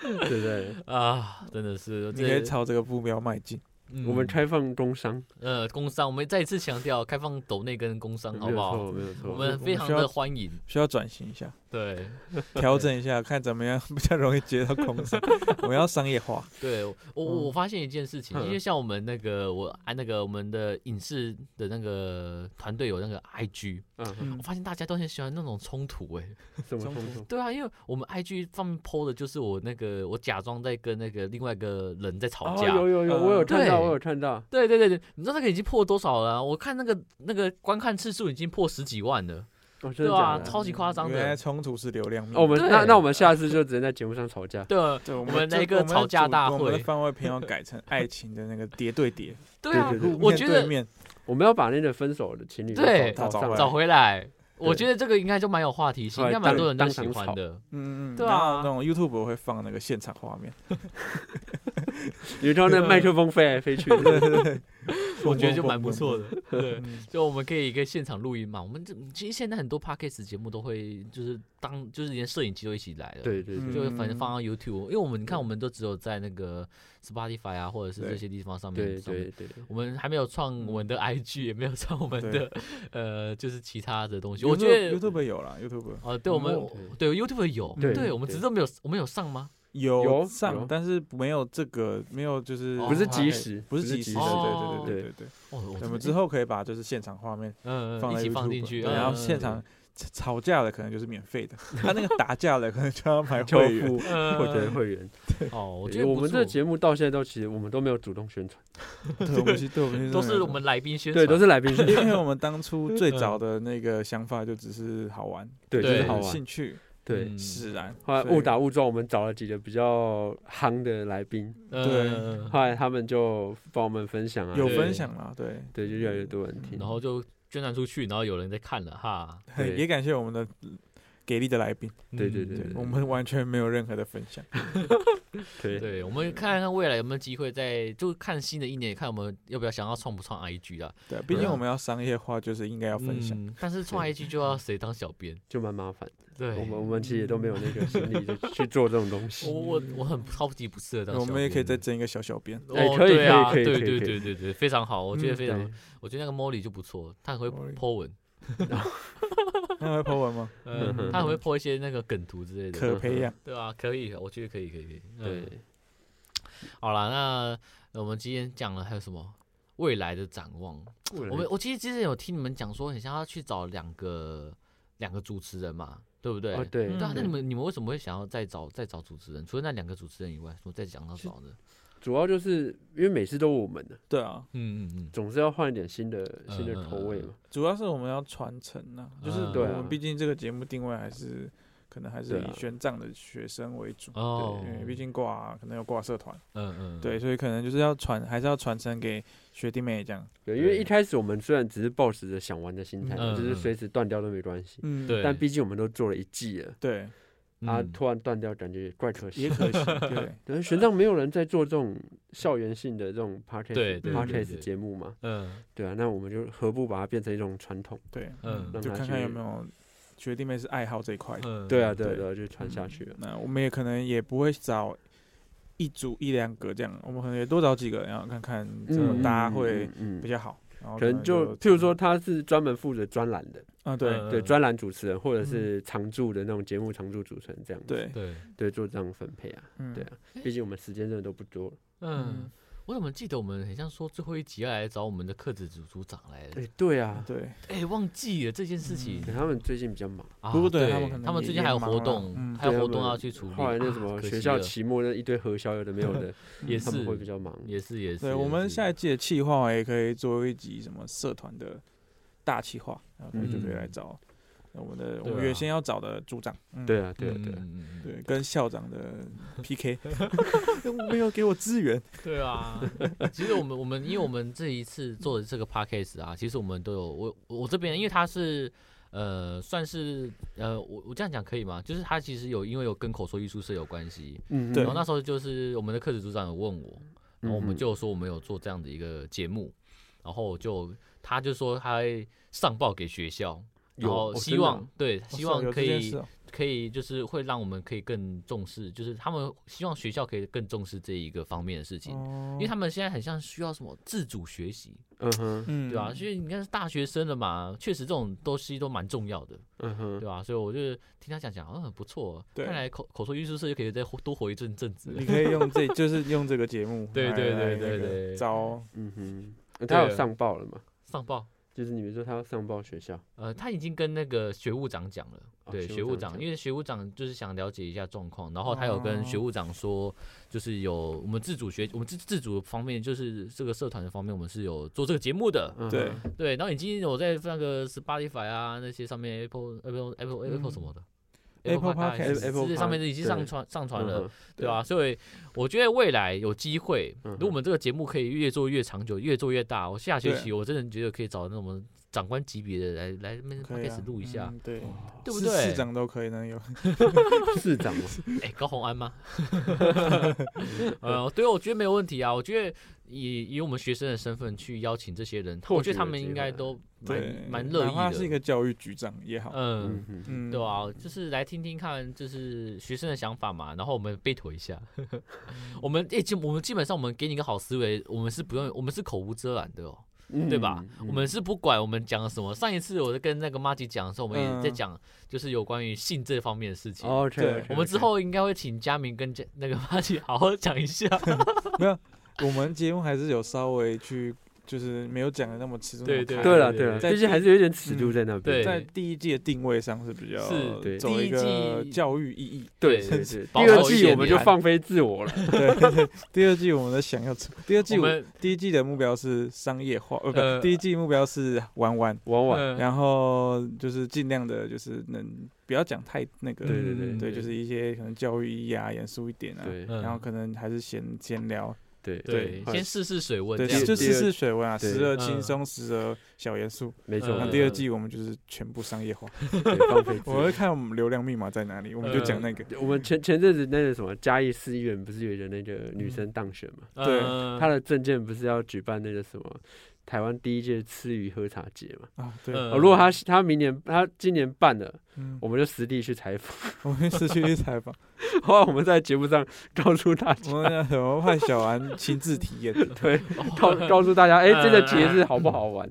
[SPEAKER 2] 对不对？
[SPEAKER 1] 啊，真的是，
[SPEAKER 4] 你可以
[SPEAKER 1] 这
[SPEAKER 4] 朝这个目标迈进。
[SPEAKER 1] 嗯
[SPEAKER 2] 我们开放工商，
[SPEAKER 1] 呃工商，我们再一次强调开放抖内跟工商，好
[SPEAKER 2] 没有
[SPEAKER 1] 不好？
[SPEAKER 2] 错？没有错，
[SPEAKER 1] 我们非常
[SPEAKER 4] 我们需
[SPEAKER 1] 的
[SPEAKER 4] 要
[SPEAKER 1] 欢迎，
[SPEAKER 4] 需要转型 一下，
[SPEAKER 1] 对。
[SPEAKER 4] 调整一下，看怎么样比 较容易接到空商。我们要商业化，
[SPEAKER 1] 对我，我我发现一件事情，
[SPEAKER 2] 嗯
[SPEAKER 1] 因为像我们那个我啊那个我们的影视的那个团队有那个 IG，
[SPEAKER 2] 嗯哼，
[SPEAKER 4] 嗯
[SPEAKER 1] 我，发现大家都很喜欢那种冲突哎、
[SPEAKER 2] 什么冲
[SPEAKER 4] 冲
[SPEAKER 2] 突？
[SPEAKER 1] 对啊，因为我们 IG 上面 PO 的就是我那个我假装在跟那个另外一个人在吵
[SPEAKER 2] 哦，
[SPEAKER 1] 架。嗯
[SPEAKER 2] 有有有，我有看到，
[SPEAKER 1] 对
[SPEAKER 2] 我有看到，
[SPEAKER 1] 对对对对，你知道那个已经破多少了啊、我看那个那个观看次数已经破十几万了，
[SPEAKER 2] 哦，真
[SPEAKER 1] 对
[SPEAKER 2] 的
[SPEAKER 1] 啊，
[SPEAKER 2] 假的？
[SPEAKER 1] 超级夸张
[SPEAKER 4] 嗯原来
[SPEAKER 1] 的。
[SPEAKER 4] 冲突是流量密码。
[SPEAKER 2] 哦，我们那
[SPEAKER 1] 对
[SPEAKER 2] 那我们下次就直接在节目上吵架，
[SPEAKER 1] 对啊
[SPEAKER 4] 对，我
[SPEAKER 1] 我们
[SPEAKER 4] 这
[SPEAKER 1] 那个
[SPEAKER 4] 我们的
[SPEAKER 1] 吵架
[SPEAKER 4] 主
[SPEAKER 1] 大
[SPEAKER 4] 我们的
[SPEAKER 1] 会
[SPEAKER 4] 番外篇要改成爱情的那个叠对叠，
[SPEAKER 1] 对啊
[SPEAKER 2] 对对对，
[SPEAKER 1] 我
[SPEAKER 4] 面
[SPEAKER 1] 觉
[SPEAKER 4] 对
[SPEAKER 1] 得
[SPEAKER 4] 面
[SPEAKER 2] 我们要把那个分手的情侣
[SPEAKER 1] 对
[SPEAKER 2] 找
[SPEAKER 4] 找
[SPEAKER 2] 上
[SPEAKER 4] 回
[SPEAKER 2] 来
[SPEAKER 1] 找回来，我觉得这个应该就蛮有话题性，
[SPEAKER 2] 后
[SPEAKER 1] 应
[SPEAKER 2] 来
[SPEAKER 1] 该蛮多
[SPEAKER 2] 当
[SPEAKER 1] 人都
[SPEAKER 2] 当
[SPEAKER 1] 喜
[SPEAKER 2] 场
[SPEAKER 1] 欢
[SPEAKER 2] 吵
[SPEAKER 1] 的。
[SPEAKER 4] 嗯嗯，
[SPEAKER 1] 对
[SPEAKER 4] 然后
[SPEAKER 1] 啊
[SPEAKER 4] 那种 YouTube 我会放那个现场画面，
[SPEAKER 2] 你知道那麦克风飞来飞去的，
[SPEAKER 1] 我觉得就蛮不错的。对，
[SPEAKER 4] 嗯。
[SPEAKER 1] 就我们可以一个现场录音嘛。我们这其实现在很多 podcast 节目都会就是当就是连摄影机都一起来了。。
[SPEAKER 2] 对对对，
[SPEAKER 1] 就反正
[SPEAKER 4] 嗯
[SPEAKER 1] 放到 YouTube，因为我们你看，我们都只有在那个 Spotify 啊，或者是这
[SPEAKER 4] 对
[SPEAKER 1] 些地方上面。
[SPEAKER 2] 对
[SPEAKER 1] 上面
[SPEAKER 2] 对对，
[SPEAKER 1] 我们还没有创我们的 IG，也没有创我们
[SPEAKER 4] 对
[SPEAKER 1] 的呃，就是其他的东西。
[SPEAKER 4] YouTube-
[SPEAKER 1] 我觉得，
[SPEAKER 4] YouTube 有啦 y o u t u b e
[SPEAKER 1] 哦，对，我们对 YouTube 有，
[SPEAKER 2] 对
[SPEAKER 1] 对我们
[SPEAKER 2] 对
[SPEAKER 1] 只是没有，我们有上吗？
[SPEAKER 4] 有
[SPEAKER 2] 有
[SPEAKER 4] 上
[SPEAKER 2] 有，
[SPEAKER 4] 但是没有这个，没有就是
[SPEAKER 1] 哦
[SPEAKER 2] 不是
[SPEAKER 1] 即
[SPEAKER 2] 及
[SPEAKER 4] 哎
[SPEAKER 2] 时，
[SPEAKER 4] 不是及时的，
[SPEAKER 1] 哦
[SPEAKER 4] 对对对对对对。
[SPEAKER 1] 哦，我
[SPEAKER 4] 我们之
[SPEAKER 1] 真的
[SPEAKER 4] 后可以把就是现场画面
[SPEAKER 1] 嗯
[SPEAKER 4] 放
[SPEAKER 1] 嗯一
[SPEAKER 4] 在
[SPEAKER 1] 起放
[SPEAKER 4] YouTube，
[SPEAKER 1] 进去，
[SPEAKER 4] 对然后
[SPEAKER 1] 嗯
[SPEAKER 4] 现场吵吵架的可能就是免费的，他那个打架的可能就 要买
[SPEAKER 2] 交
[SPEAKER 4] 会 员。
[SPEAKER 2] 付
[SPEAKER 1] 嗯
[SPEAKER 2] 获得会员。
[SPEAKER 1] 哦，我
[SPEAKER 2] 对
[SPEAKER 1] 觉得
[SPEAKER 2] 我
[SPEAKER 1] 不
[SPEAKER 2] 们这
[SPEAKER 1] 错
[SPEAKER 2] 节目到现在都其实我们都没有主动宣传，
[SPEAKER 4] 对，我们其实对我们其实
[SPEAKER 1] 都
[SPEAKER 4] 没
[SPEAKER 1] 是
[SPEAKER 4] 有
[SPEAKER 1] 我们来宾宣
[SPEAKER 2] 对，
[SPEAKER 1] 传，
[SPEAKER 2] 都是来 宾宣
[SPEAKER 4] 因
[SPEAKER 2] 传，
[SPEAKER 4] 为因为我们当初最早的那个想法就只是好玩，
[SPEAKER 2] 对，就
[SPEAKER 1] 对
[SPEAKER 2] 是好玩，
[SPEAKER 4] 兴趣
[SPEAKER 2] 对。
[SPEAKER 1] 嗯
[SPEAKER 4] 使然。
[SPEAKER 2] 后来
[SPEAKER 4] 所以
[SPEAKER 2] 误打误撞，我们找了几个比较夯的来宾，
[SPEAKER 4] 对
[SPEAKER 1] 嗯
[SPEAKER 2] 后来他们就帮我们分享啊，
[SPEAKER 4] 有
[SPEAKER 1] 对
[SPEAKER 4] 分享啦，对
[SPEAKER 2] 对，就越来越多人听。
[SPEAKER 1] 嗯然后就宣传出去，然后有人在看了哈，
[SPEAKER 2] 对
[SPEAKER 4] 也感谢我们的给力的来宾，
[SPEAKER 2] 对对
[SPEAKER 1] 嗯
[SPEAKER 2] 对
[SPEAKER 4] 我们完全没有任何的分 享。
[SPEAKER 2] 对
[SPEAKER 1] 对，我们看看未来有没有机会在，就看新的一年，看我们要不要想要创不创 IG 啦。
[SPEAKER 4] 对，毕
[SPEAKER 2] 啊
[SPEAKER 4] 竟我们要商业化，就是应该要分享。
[SPEAKER 1] 嗯，但是创 IG 就要谁当小编？
[SPEAKER 2] 就蛮麻烦，
[SPEAKER 1] 对，
[SPEAKER 2] 我们我们其实也都没有那 个心力去去做这种东
[SPEAKER 1] 我
[SPEAKER 2] 西。
[SPEAKER 1] 我我很超级不适合当小
[SPEAKER 4] 我
[SPEAKER 1] 编。
[SPEAKER 4] 们也可以再争一个小小编，
[SPEAKER 1] 哦
[SPEAKER 2] 哎可以
[SPEAKER 1] 对啊
[SPEAKER 2] 可以可
[SPEAKER 1] 对
[SPEAKER 2] 以可
[SPEAKER 1] 对
[SPEAKER 2] 以可以
[SPEAKER 1] 对对对，非常好，我觉得
[SPEAKER 4] 嗯
[SPEAKER 1] 非常，我觉得那个 Molly 就不错，他很会
[SPEAKER 4] Molly
[SPEAKER 1] po 文，
[SPEAKER 4] 那会 po 文吗？
[SPEAKER 1] 呃
[SPEAKER 2] 嗯
[SPEAKER 1] 他很会 po 一些那个梗图之类的，
[SPEAKER 4] 可培养。
[SPEAKER 1] 对啊，可以，我觉得可以可以可以。嗯
[SPEAKER 2] 对，
[SPEAKER 1] 好啦，那呃我们今天讲了还有什么未来的展望？我们我哦其实之前有听你们讲说，很想要去找两个两个主持人嘛，对不对？
[SPEAKER 2] 哦对
[SPEAKER 1] 对啊，那
[SPEAKER 4] 对
[SPEAKER 1] 你们你们为什么会想要再找再找主持人？除了那两个主持人以外，我再讲到找的，
[SPEAKER 2] 主要就是因为每次都我们的，
[SPEAKER 4] 对啊，
[SPEAKER 1] 嗯嗯嗯，
[SPEAKER 2] 总是要换一点新的新的口味
[SPEAKER 1] 嗯嗯
[SPEAKER 2] 嘛。
[SPEAKER 4] 主要是我们要传承呐，就是
[SPEAKER 1] 嗯
[SPEAKER 4] 我
[SPEAKER 2] 对啊
[SPEAKER 4] 们毕竟这个节目定位还是可能还是
[SPEAKER 2] 对啊
[SPEAKER 4] 以玄奘的学生为主。
[SPEAKER 1] 哦
[SPEAKER 4] 对，，因为毕竟挂可能有挂社团，
[SPEAKER 1] 嗯嗯，
[SPEAKER 4] 对，啊所以可能就是要传，还是要传承给学弟妹这样。
[SPEAKER 2] 对，因为
[SPEAKER 1] 对
[SPEAKER 2] 一开始我们虽然只是抱持着想玩的心态，
[SPEAKER 1] 嗯
[SPEAKER 2] 就是
[SPEAKER 1] 嗯
[SPEAKER 2] 随时断掉都没关系，
[SPEAKER 4] 嗯
[SPEAKER 1] 对
[SPEAKER 2] 但毕竟我们都做了一季了，
[SPEAKER 4] 对，
[SPEAKER 2] 啊，
[SPEAKER 1] 嗯
[SPEAKER 2] 突然断掉，感觉也怪可惜
[SPEAKER 4] 也。可惜，对，
[SPEAKER 2] 可是玄奘没有人在做这种校园性的这种 podcast
[SPEAKER 1] 对对对
[SPEAKER 2] podcast
[SPEAKER 1] 对
[SPEAKER 2] 节目嘛，
[SPEAKER 1] 嗯
[SPEAKER 2] 对啊，那我们就何不把它变成一种传统？
[SPEAKER 4] 对，
[SPEAKER 1] 嗯
[SPEAKER 4] 嗯，就看看有没有学弟妹是爱好这一块的。
[SPEAKER 1] 嗯，
[SPEAKER 2] 对啊，对啊
[SPEAKER 4] 对
[SPEAKER 2] 对啊，就传下去了。
[SPEAKER 4] 那我们也可能也不会找一组一两个这样，我们可能也多找几个，然后看看这
[SPEAKER 1] 嗯
[SPEAKER 4] 大家会
[SPEAKER 2] 嗯嗯
[SPEAKER 4] 比
[SPEAKER 2] 嗯
[SPEAKER 4] 较好。然后
[SPEAKER 2] 可能就譬
[SPEAKER 4] 就
[SPEAKER 2] 如说，他是专门负责专栏的，
[SPEAKER 4] 啊，对
[SPEAKER 1] 嗯
[SPEAKER 2] 对专栏主持人，或者是常驻的那种节目常驻主持人这样子，
[SPEAKER 4] 对，
[SPEAKER 1] 对，
[SPEAKER 2] 对，做这样分配啊。
[SPEAKER 4] 嗯
[SPEAKER 2] 对啊，毕竟我们时间真的都不多了。
[SPEAKER 1] 嗯，我怎么记得我们很像说最后一集要来找我们的课子组组长来了？
[SPEAKER 2] 哎，对啊，
[SPEAKER 4] 对，
[SPEAKER 1] 哎，忘记了这件事情
[SPEAKER 2] 可。他们最近比较忙，
[SPEAKER 1] 啊
[SPEAKER 4] 不过对
[SPEAKER 1] 嗯对
[SPEAKER 4] 他们可能
[SPEAKER 1] 他们
[SPEAKER 4] 也
[SPEAKER 1] 最近还有
[SPEAKER 4] 也忙
[SPEAKER 1] 活
[SPEAKER 4] 了
[SPEAKER 1] 动，
[SPEAKER 4] 嗯
[SPEAKER 1] 还有
[SPEAKER 2] 对
[SPEAKER 1] 活
[SPEAKER 2] 他
[SPEAKER 1] 动
[SPEAKER 2] 们
[SPEAKER 1] 要去处理。
[SPEAKER 2] 后来那
[SPEAKER 1] 啊
[SPEAKER 2] 什么
[SPEAKER 1] 可
[SPEAKER 2] 学
[SPEAKER 1] 惜
[SPEAKER 2] 校
[SPEAKER 1] 了
[SPEAKER 2] 期末那一堆核销有的没有 的，
[SPEAKER 4] 嗯
[SPEAKER 1] 也
[SPEAKER 2] 他们会比
[SPEAKER 1] 是
[SPEAKER 2] 较忙。
[SPEAKER 1] 也是也是。
[SPEAKER 4] 对，
[SPEAKER 1] 也
[SPEAKER 4] 我们
[SPEAKER 1] 是
[SPEAKER 4] 下一季的企划也可以做一集什么社团的大企划，然后可能就可以
[SPEAKER 1] 嗯
[SPEAKER 4] 来找我们的我
[SPEAKER 1] 对
[SPEAKER 4] 们
[SPEAKER 1] 啊
[SPEAKER 4] 原先要找的组长，嗯
[SPEAKER 2] 对啊，对啊，对啊，
[SPEAKER 1] 嗯嗯嗯
[SPEAKER 4] 对，跟校长 的 PK，没有给我资源，
[SPEAKER 1] 对啊，其实我们我们因为我们这一次做的这个 podcast 啊，其实我们都有我我这边，因为它是呃算是呃我我这样讲可以吗？就是它其实有因为有跟口说艺术社有关系，
[SPEAKER 2] 嗯，
[SPEAKER 4] 对
[SPEAKER 1] 然后那时候就是我们的课室组长有问我，然后我
[SPEAKER 2] 嗯
[SPEAKER 1] 们就说我们有做这样的一个节目，然后就他就说他会上报给学校。然
[SPEAKER 2] 有
[SPEAKER 1] 后
[SPEAKER 2] 哦
[SPEAKER 1] 希
[SPEAKER 2] 真的啊
[SPEAKER 1] 望、对， 希
[SPEAKER 4] 哦是哦
[SPEAKER 1] 望
[SPEAKER 4] 有
[SPEAKER 1] 可
[SPEAKER 4] 这件
[SPEAKER 1] 以
[SPEAKER 4] 事哦
[SPEAKER 1] 可以就是会让我们可以更重视，就是他们希望学校可以更重视这一个方面的事情，
[SPEAKER 4] 哦
[SPEAKER 1] 因为他们现在很像需要什么自主学习，
[SPEAKER 2] 嗯哼，
[SPEAKER 4] 嗯
[SPEAKER 1] 对啊吧、所以你看是大学生了嘛，确实这种东西都蛮重要的，
[SPEAKER 2] 嗯
[SPEAKER 1] 对
[SPEAKER 2] 哼，
[SPEAKER 1] 吧、所以我就听他讲讲，嗯，不错，
[SPEAKER 4] 对
[SPEAKER 1] 看来口口说艺术社就可以再活多活一阵阵子了
[SPEAKER 4] 你。可以用这，就是用这个节目来，
[SPEAKER 1] 对对对
[SPEAKER 4] 来那
[SPEAKER 1] 对
[SPEAKER 4] 个
[SPEAKER 1] 对
[SPEAKER 4] 招
[SPEAKER 2] 嗯哼，呃他有
[SPEAKER 1] 对啊
[SPEAKER 2] 上报了嘛？
[SPEAKER 1] 上报，
[SPEAKER 2] 就是你们说他要上报学校，
[SPEAKER 1] 呃，他已经跟那个学务长讲了，
[SPEAKER 2] 哦
[SPEAKER 1] 对，
[SPEAKER 2] 学务
[SPEAKER 1] 学务
[SPEAKER 2] 长
[SPEAKER 1] 长，
[SPEAKER 2] 讲
[SPEAKER 1] 因为学务长就是想了解一下状况，然后他有跟学
[SPEAKER 4] 哦
[SPEAKER 1] 务长说，就是有我们自主学，我们自自主方面，就是这个社团的方面，我们是有做这个节目的，
[SPEAKER 2] 嗯哼
[SPEAKER 4] 对，
[SPEAKER 1] 对，然后已经有在那个 Spotify 啊那些上面 Apple Apple Apple Apple 什么的。
[SPEAKER 4] 嗯 Apple Podcast
[SPEAKER 2] Apple
[SPEAKER 1] 之类上面已经
[SPEAKER 2] Podcast，
[SPEAKER 1] 上
[SPEAKER 2] 对
[SPEAKER 1] 传上传了，
[SPEAKER 2] 嗯哼
[SPEAKER 1] 对吧、所以我觉得未来有机会，
[SPEAKER 2] 嗯哼
[SPEAKER 1] 如果我们这个节目可以越做越长久，越做越大，我下学
[SPEAKER 4] 对
[SPEAKER 1] 期我真的觉得可以找那种长官级别的来来那边
[SPEAKER 4] 可以
[SPEAKER 1] 开
[SPEAKER 4] 啊
[SPEAKER 1] 始录一下，，
[SPEAKER 4] 嗯对，
[SPEAKER 1] 对不
[SPEAKER 4] 市
[SPEAKER 1] 对？
[SPEAKER 4] 市长都可以能有，
[SPEAKER 2] 嗯市长嘛，
[SPEAKER 1] 哎、高红安 吗？ 呃，对，我觉得没有问题啊。我觉得以以我们学生的身份去邀请这些人，
[SPEAKER 2] 或
[SPEAKER 1] 我觉得
[SPEAKER 2] 许
[SPEAKER 1] 他
[SPEAKER 2] 有
[SPEAKER 1] 们
[SPEAKER 2] 机
[SPEAKER 1] 应
[SPEAKER 2] 会
[SPEAKER 1] 该
[SPEAKER 2] 啊
[SPEAKER 1] 都蛮
[SPEAKER 4] 对，
[SPEAKER 1] 蛮乐
[SPEAKER 4] 哪怕
[SPEAKER 1] 意的。
[SPEAKER 4] 是一个教育局长也好，
[SPEAKER 1] 嗯
[SPEAKER 2] 嗯，哼，
[SPEAKER 4] 嗯，
[SPEAKER 1] 对啊，就是来听听看，就是学生的想法嘛，然后我们背妥一下。 我们诶，基、我们基本上我们给你一个好思维，我们是不用，我们是口无遮拦的哦，
[SPEAKER 2] 嗯
[SPEAKER 1] 对吧？
[SPEAKER 2] 嗯
[SPEAKER 1] 我们是不管我们讲了什么。上一次我在跟那个妈吉讲的时候，我们也在
[SPEAKER 4] 嗯哦
[SPEAKER 1] 讲，就是有关于性这方面的事情。
[SPEAKER 2] OK，
[SPEAKER 4] 对
[SPEAKER 1] 我们之后应该会请佳明跟佳那个妈吉好好讲一下。
[SPEAKER 4] 我们节目还是有稍微去，就是没有讲的那么吃重。
[SPEAKER 1] 对对
[SPEAKER 2] 对
[SPEAKER 1] 啦
[SPEAKER 2] 了对了，
[SPEAKER 4] 在
[SPEAKER 2] 毕竟还是有点尺度在那
[SPEAKER 1] 嗯对
[SPEAKER 2] 边。
[SPEAKER 4] 在第一季的定位上是比较
[SPEAKER 1] 是
[SPEAKER 2] 对
[SPEAKER 4] 走一
[SPEAKER 1] 第
[SPEAKER 4] 个
[SPEAKER 1] 一季
[SPEAKER 4] 教育 意义。
[SPEAKER 1] 对
[SPEAKER 2] 对对，第
[SPEAKER 1] 保
[SPEAKER 2] 二
[SPEAKER 1] 守一
[SPEAKER 2] 季
[SPEAKER 1] 点
[SPEAKER 2] 我们就
[SPEAKER 1] 点
[SPEAKER 2] 放飞自我了。
[SPEAKER 4] 对，对对第二季我们的想要出，第二季
[SPEAKER 1] 我
[SPEAKER 4] 我
[SPEAKER 1] 们
[SPEAKER 4] 第一季的目标是商业化，呃
[SPEAKER 1] 呃
[SPEAKER 4] 不，第一季目标是玩玩，
[SPEAKER 2] 玩玩，
[SPEAKER 1] 嗯
[SPEAKER 4] 然后就是尽量的，就是能不要讲太那个，
[SPEAKER 2] 对对对
[SPEAKER 1] 嗯
[SPEAKER 4] 对，就是一些可能教育意义啊，严肃一点啊，
[SPEAKER 2] 对
[SPEAKER 1] 嗯
[SPEAKER 4] 然后可能还是闲闲聊，
[SPEAKER 2] 对
[SPEAKER 1] 对，
[SPEAKER 2] 后来
[SPEAKER 1] 先试试水温
[SPEAKER 4] 对，
[SPEAKER 1] 这样
[SPEAKER 4] 就
[SPEAKER 1] 子。
[SPEAKER 4] 试试水温啊，
[SPEAKER 2] 对
[SPEAKER 4] 时而
[SPEAKER 1] 嗯
[SPEAKER 4] 轻松，时而小严肃。
[SPEAKER 2] 没错
[SPEAKER 1] 嗯。
[SPEAKER 4] 那
[SPEAKER 1] 嗯
[SPEAKER 4] 第二季我们就是全部商 业化，
[SPEAKER 2] 对放飞自
[SPEAKER 4] 我会
[SPEAKER 2] 我。
[SPEAKER 4] 看我们流量密码在哪里，我们就讲那个。
[SPEAKER 2] 我们前前阵子那个什么嘉义市议员不是有一个那个女生当选嘛？
[SPEAKER 4] 对
[SPEAKER 1] 嗯
[SPEAKER 2] 她的证件不是要举办那个什么台湾第一届吃鱼喝茶节嘛？
[SPEAKER 4] 啊，对，
[SPEAKER 1] 嗯
[SPEAKER 2] 哦，如果她她明年她今年办了，
[SPEAKER 4] 嗯，
[SPEAKER 2] 我们就实地去采访，
[SPEAKER 4] 我们失去一采访，
[SPEAKER 2] 后来我们在节目上告诉大家，
[SPEAKER 4] 我们要怎么派小安亲自体验？
[SPEAKER 2] 对，
[SPEAKER 1] 嗯
[SPEAKER 2] 告 告诉大家，哎，这个节日好不好玩？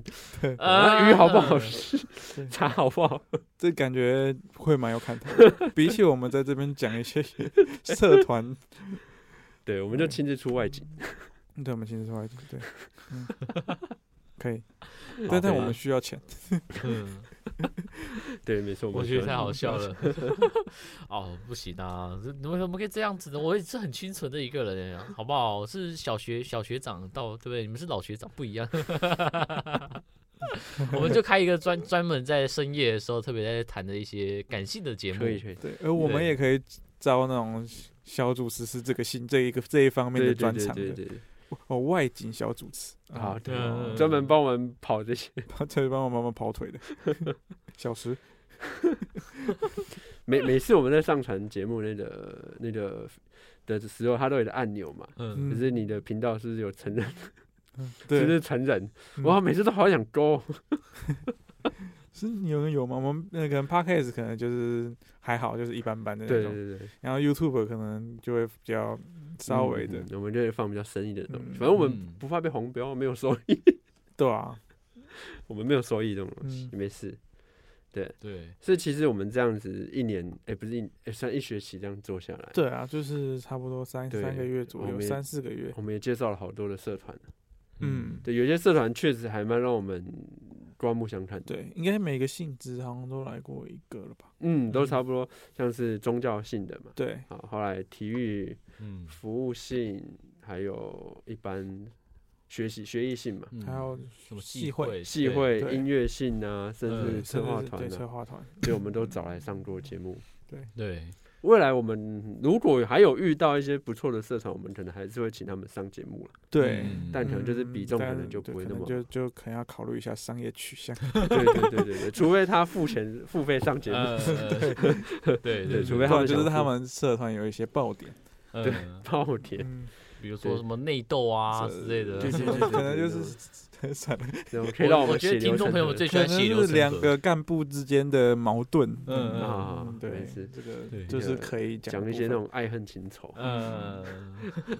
[SPEAKER 2] 啊鱼好不好
[SPEAKER 1] 嗯
[SPEAKER 2] 吃？ 茶好不好？
[SPEAKER 4] 这感觉会蛮有看头的。比起我们在这边讲一些社团，
[SPEAKER 2] 对，我们就
[SPEAKER 1] 嗯
[SPEAKER 2] 亲自出外景。
[SPEAKER 4] 对我们亲自说一句，对，嗯可以，但
[SPEAKER 2] 啊
[SPEAKER 4] 但我们需要钱。
[SPEAKER 1] 嗯
[SPEAKER 2] 对，没错，
[SPEAKER 1] 我觉得
[SPEAKER 2] 需
[SPEAKER 1] 太
[SPEAKER 2] 要
[SPEAKER 1] 好笑了。 哦，不行啊，这你们怎么可以这样子呢？我也是很清纯的一个人欸，好不好？我是小学小学长到，对不对？你们是老学长，不一样。 我们就开一个专专门在深夜的时候特别在谈的一些感性的节目
[SPEAKER 2] 可。以可以，
[SPEAKER 4] 对，而我们
[SPEAKER 1] 对
[SPEAKER 4] 也可以招那种小主持是这个新这一个这一方面
[SPEAKER 2] 对
[SPEAKER 4] 的
[SPEAKER 2] 对
[SPEAKER 4] 专
[SPEAKER 2] 对
[SPEAKER 4] 场
[SPEAKER 2] 对
[SPEAKER 4] 的
[SPEAKER 2] 对，对
[SPEAKER 4] 哦，外景小主持
[SPEAKER 2] 好，
[SPEAKER 4] 啊，
[SPEAKER 2] 对
[SPEAKER 1] 嗯
[SPEAKER 2] 专门帮我们跑 这些。
[SPEAKER 4] 他特别帮我妈妈跑腿的小时，
[SPEAKER 2] 每每次我们在上传节目那个那个的时候，它都有一个按钮嘛，
[SPEAKER 1] 嗯，
[SPEAKER 2] 就
[SPEAKER 4] 嗯
[SPEAKER 2] 是你的频道是不是有成人，是不
[SPEAKER 4] 对，
[SPEAKER 2] 是成人？
[SPEAKER 4] 嗯
[SPEAKER 2] 哇，每次都好想勾，
[SPEAKER 4] 是有人有吗？我们那个可能 podcast 可能就是还好，就是一般般的
[SPEAKER 2] 对
[SPEAKER 4] 那
[SPEAKER 2] 对
[SPEAKER 4] 种，
[SPEAKER 2] 对对，
[SPEAKER 4] 然后 YouTube 可能就会比较稍微
[SPEAKER 2] 嗯，
[SPEAKER 4] 的
[SPEAKER 2] 嗯嗯我们就会放比较深一点的东西。
[SPEAKER 4] 嗯
[SPEAKER 2] 反正我们
[SPEAKER 1] 嗯
[SPEAKER 2] 不怕被红标，没有收益，嗯
[SPEAKER 4] 对啊，
[SPEAKER 2] 我们没有收益这种东西
[SPEAKER 4] 嗯，
[SPEAKER 2] 没事。
[SPEAKER 1] 对，
[SPEAKER 2] 所以其实我们这样子一年，哎、不是一，哎算一学期这样做下来，
[SPEAKER 4] 对啊，就是差不多三
[SPEAKER 2] 对
[SPEAKER 4] 三个月左
[SPEAKER 2] 我
[SPEAKER 4] 右，
[SPEAKER 2] 们也
[SPEAKER 4] 三四个月，
[SPEAKER 2] 我们也介绍了好多的社团，
[SPEAKER 4] 嗯，
[SPEAKER 2] 对，有些社团确实还蛮让我们刮目相看的。
[SPEAKER 4] 对，应该每个性质好像都来过一个了吧？
[SPEAKER 2] 嗯，都
[SPEAKER 4] 嗯
[SPEAKER 2] 差不多，像是宗教性的嘛，
[SPEAKER 4] 对，
[SPEAKER 2] 好，后来体育、
[SPEAKER 1] 嗯，
[SPEAKER 2] 服务性，还有一般学习学艺性嘛，
[SPEAKER 1] 嗯
[SPEAKER 4] 还有
[SPEAKER 1] 什么
[SPEAKER 4] 系会
[SPEAKER 1] 会
[SPEAKER 2] 系
[SPEAKER 1] 对
[SPEAKER 2] 会、
[SPEAKER 4] 对
[SPEAKER 2] 音乐性啊，甚
[SPEAKER 1] 嗯
[SPEAKER 2] 至策划
[SPEAKER 4] 甚至是
[SPEAKER 2] 团
[SPEAKER 4] 对
[SPEAKER 2] 啊，
[SPEAKER 4] 策划团，
[SPEAKER 2] 所以我们都找来上过节目。
[SPEAKER 1] 对，
[SPEAKER 2] 未来我们如果还有遇到一些不错的社团，我们可能还是会请他们上节目 了，
[SPEAKER 4] 对，
[SPEAKER 1] 嗯
[SPEAKER 2] 但可能就是比重可
[SPEAKER 4] 但
[SPEAKER 2] 能就
[SPEAKER 4] 对
[SPEAKER 2] 不会
[SPEAKER 4] 可
[SPEAKER 2] 那
[SPEAKER 4] 能
[SPEAKER 2] 么
[SPEAKER 4] 就就可能要考虑一下商业取向。
[SPEAKER 2] 对对对对对，除非他付 钱付费上 节目，
[SPEAKER 1] 呃对对
[SPEAKER 2] 对
[SPEAKER 1] 对，
[SPEAKER 2] 除非
[SPEAKER 4] 不
[SPEAKER 2] 他
[SPEAKER 4] 然
[SPEAKER 2] 们
[SPEAKER 4] 就
[SPEAKER 2] 想
[SPEAKER 4] 是他
[SPEAKER 2] 付
[SPEAKER 4] 们社团有一些爆点，
[SPEAKER 1] 对，
[SPEAKER 2] 爆 点，
[SPEAKER 4] 嗯，
[SPEAKER 1] 嗯比如说
[SPEAKER 2] 对
[SPEAKER 1] 什么内斗啊
[SPEAKER 4] 是
[SPEAKER 1] 之类的，
[SPEAKER 2] 对对对对
[SPEAKER 4] 可能就
[SPEAKER 2] 对
[SPEAKER 4] 是算了，
[SPEAKER 2] 然后可以让
[SPEAKER 1] 我
[SPEAKER 2] 们
[SPEAKER 1] 觉
[SPEAKER 2] 血
[SPEAKER 1] 得
[SPEAKER 2] 流
[SPEAKER 1] 听众
[SPEAKER 2] 成
[SPEAKER 1] 朋友
[SPEAKER 2] 河
[SPEAKER 1] 们最喜
[SPEAKER 4] 可
[SPEAKER 1] 欢
[SPEAKER 4] 能
[SPEAKER 1] 血流
[SPEAKER 4] 是
[SPEAKER 1] 成
[SPEAKER 4] 两
[SPEAKER 1] 河
[SPEAKER 4] 个干部之间的矛盾。
[SPEAKER 1] 嗯嗯
[SPEAKER 2] 啊
[SPEAKER 4] 嗯
[SPEAKER 2] 没
[SPEAKER 4] 对
[SPEAKER 2] 事，
[SPEAKER 4] 这
[SPEAKER 1] 对
[SPEAKER 4] 个就是可以讲
[SPEAKER 2] 讲一些那种爱恨情仇，
[SPEAKER 1] 嗯，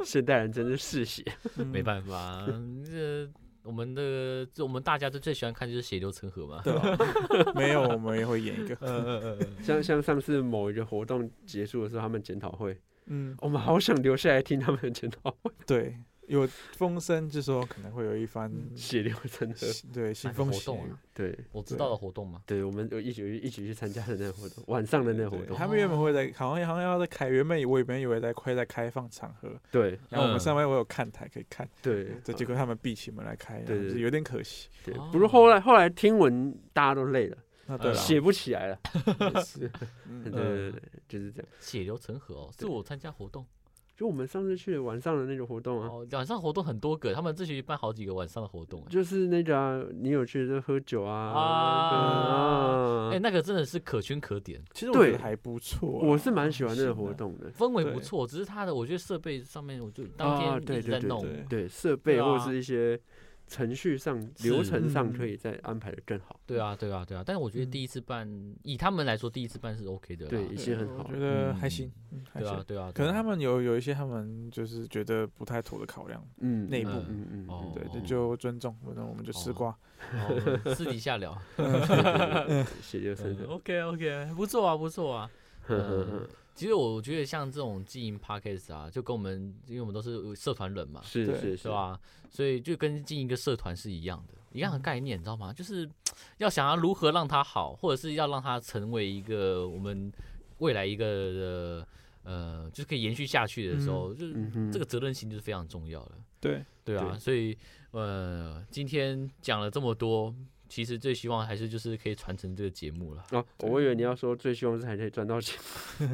[SPEAKER 2] 现代人真是嗜血。
[SPEAKER 1] 没
[SPEAKER 4] 法，
[SPEAKER 1] 办法，这我们的这我们大家都最喜欢看就是血流成河嘛。
[SPEAKER 4] 对 吧？没有，我们也会演一个。
[SPEAKER 2] 像像上次某一个活动结束的时候，他们检讨会，
[SPEAKER 4] 嗯，
[SPEAKER 2] 我们好想留下来听他们的检讨会，
[SPEAKER 4] 对，有风声就说可能会有一番
[SPEAKER 2] 血流成河。
[SPEAKER 4] 对
[SPEAKER 1] 哪
[SPEAKER 4] 腥
[SPEAKER 1] 个
[SPEAKER 4] 风
[SPEAKER 1] 活
[SPEAKER 4] 血
[SPEAKER 1] 动
[SPEAKER 4] 雨
[SPEAKER 1] 啊，
[SPEAKER 2] 对
[SPEAKER 1] 我知道的活动吗？
[SPEAKER 2] 对，我们有一起去一起去参加的那个活动，晚上的那个活
[SPEAKER 4] 对
[SPEAKER 2] 动。
[SPEAKER 4] 他们原本会在，好像好像要在开，原本我原本以为在快在开放场合，
[SPEAKER 2] 对
[SPEAKER 4] 然后我们
[SPEAKER 1] 嗯
[SPEAKER 4] 上面我有看台可以看，
[SPEAKER 2] 对
[SPEAKER 4] 这结果他们闭起门来开，
[SPEAKER 2] 对对
[SPEAKER 4] 就是
[SPEAKER 2] 对
[SPEAKER 4] 有点可惜。
[SPEAKER 2] 对
[SPEAKER 1] 哦，
[SPEAKER 2] 不是后来后来听闻大家都累了，
[SPEAKER 4] 那对了，
[SPEAKER 2] 写不起来了。对
[SPEAKER 4] 嗯
[SPEAKER 2] 对对，对就是这样。
[SPEAKER 1] 血流成河哦，是
[SPEAKER 2] 对
[SPEAKER 1] 我参加活动
[SPEAKER 2] 就我们上次去晚上的那个活动啊，
[SPEAKER 1] 哦，晚上活动很多个，他们这学期办好几个晚上的活动哎
[SPEAKER 2] 就是那个啊，你有去就喝酒啊
[SPEAKER 1] 啊
[SPEAKER 2] 啊
[SPEAKER 1] 哎，那个真的是可圈可点，
[SPEAKER 4] 其实我觉
[SPEAKER 2] 对
[SPEAKER 4] 得还不错啊，
[SPEAKER 2] 我是蛮喜欢那个
[SPEAKER 4] 行
[SPEAKER 2] 活
[SPEAKER 4] 的。
[SPEAKER 2] 动的，
[SPEAKER 1] 氛围
[SPEAKER 4] 对
[SPEAKER 1] 不错，只是它的我觉得设备上面，我就
[SPEAKER 2] 啊
[SPEAKER 1] 当天
[SPEAKER 2] 对
[SPEAKER 1] 一直
[SPEAKER 2] 对
[SPEAKER 1] 在
[SPEAKER 2] 对
[SPEAKER 1] 弄，
[SPEAKER 4] 对
[SPEAKER 2] 对设备
[SPEAKER 1] 对
[SPEAKER 2] 或
[SPEAKER 1] 啊
[SPEAKER 2] 是一些程序上、流
[SPEAKER 1] 是
[SPEAKER 2] 程上
[SPEAKER 4] 嗯
[SPEAKER 2] 可以再安排的更好。
[SPEAKER 1] 对啊，对啊，对啊，但是我觉得
[SPEAKER 4] 嗯
[SPEAKER 1] 第一次办，以他们来说，第一次办是 OK 的啦。
[SPEAKER 2] 对已
[SPEAKER 1] 对
[SPEAKER 2] 经很
[SPEAKER 4] 我
[SPEAKER 2] 好
[SPEAKER 4] 觉得还
[SPEAKER 1] 嗯
[SPEAKER 4] 行，嗯还
[SPEAKER 1] 啊，
[SPEAKER 4] 行。
[SPEAKER 1] 对啊，
[SPEAKER 4] 可
[SPEAKER 1] 对
[SPEAKER 4] 能
[SPEAKER 1] 啊
[SPEAKER 4] 他们有有一些他们就是觉得不太妥的考量，
[SPEAKER 2] 嗯，
[SPEAKER 4] 内部
[SPEAKER 2] 嗯嗯嗯嗯，
[SPEAKER 1] 哦
[SPEAKER 4] 对，那就尊重，反正我们就吃
[SPEAKER 1] 哦
[SPEAKER 4] 瓜。
[SPEAKER 1] 哦私底下聊。
[SPEAKER 2] 对，血流成河。
[SPEAKER 1] OK OK，不错啊，不错啊。
[SPEAKER 2] 呵呵呵
[SPEAKER 1] 其实我觉得像这种经营 podcast 啊，就跟我们，因为我们都是社团人嘛，
[SPEAKER 2] 是
[SPEAKER 4] 对
[SPEAKER 2] 是
[SPEAKER 1] 是
[SPEAKER 2] 是？
[SPEAKER 1] 吧？所以就跟进一个社团是一样的，一样的概念，你知道
[SPEAKER 2] 嗯
[SPEAKER 1] 吗？就是要想要如何让它好，或者是要让它成为一个我们未来一个呃呃，就是可以延续下去的时候，就是
[SPEAKER 2] 嗯哼，
[SPEAKER 1] 这个责任心就是非常重要的。
[SPEAKER 4] 对，。
[SPEAKER 1] 对啊，
[SPEAKER 2] 对。
[SPEAKER 1] 所以呃，今天讲了这么多，其实最希望还是就是可以传承这个节目了
[SPEAKER 2] 哦，我以为你要说最希望是还可以赚到钱。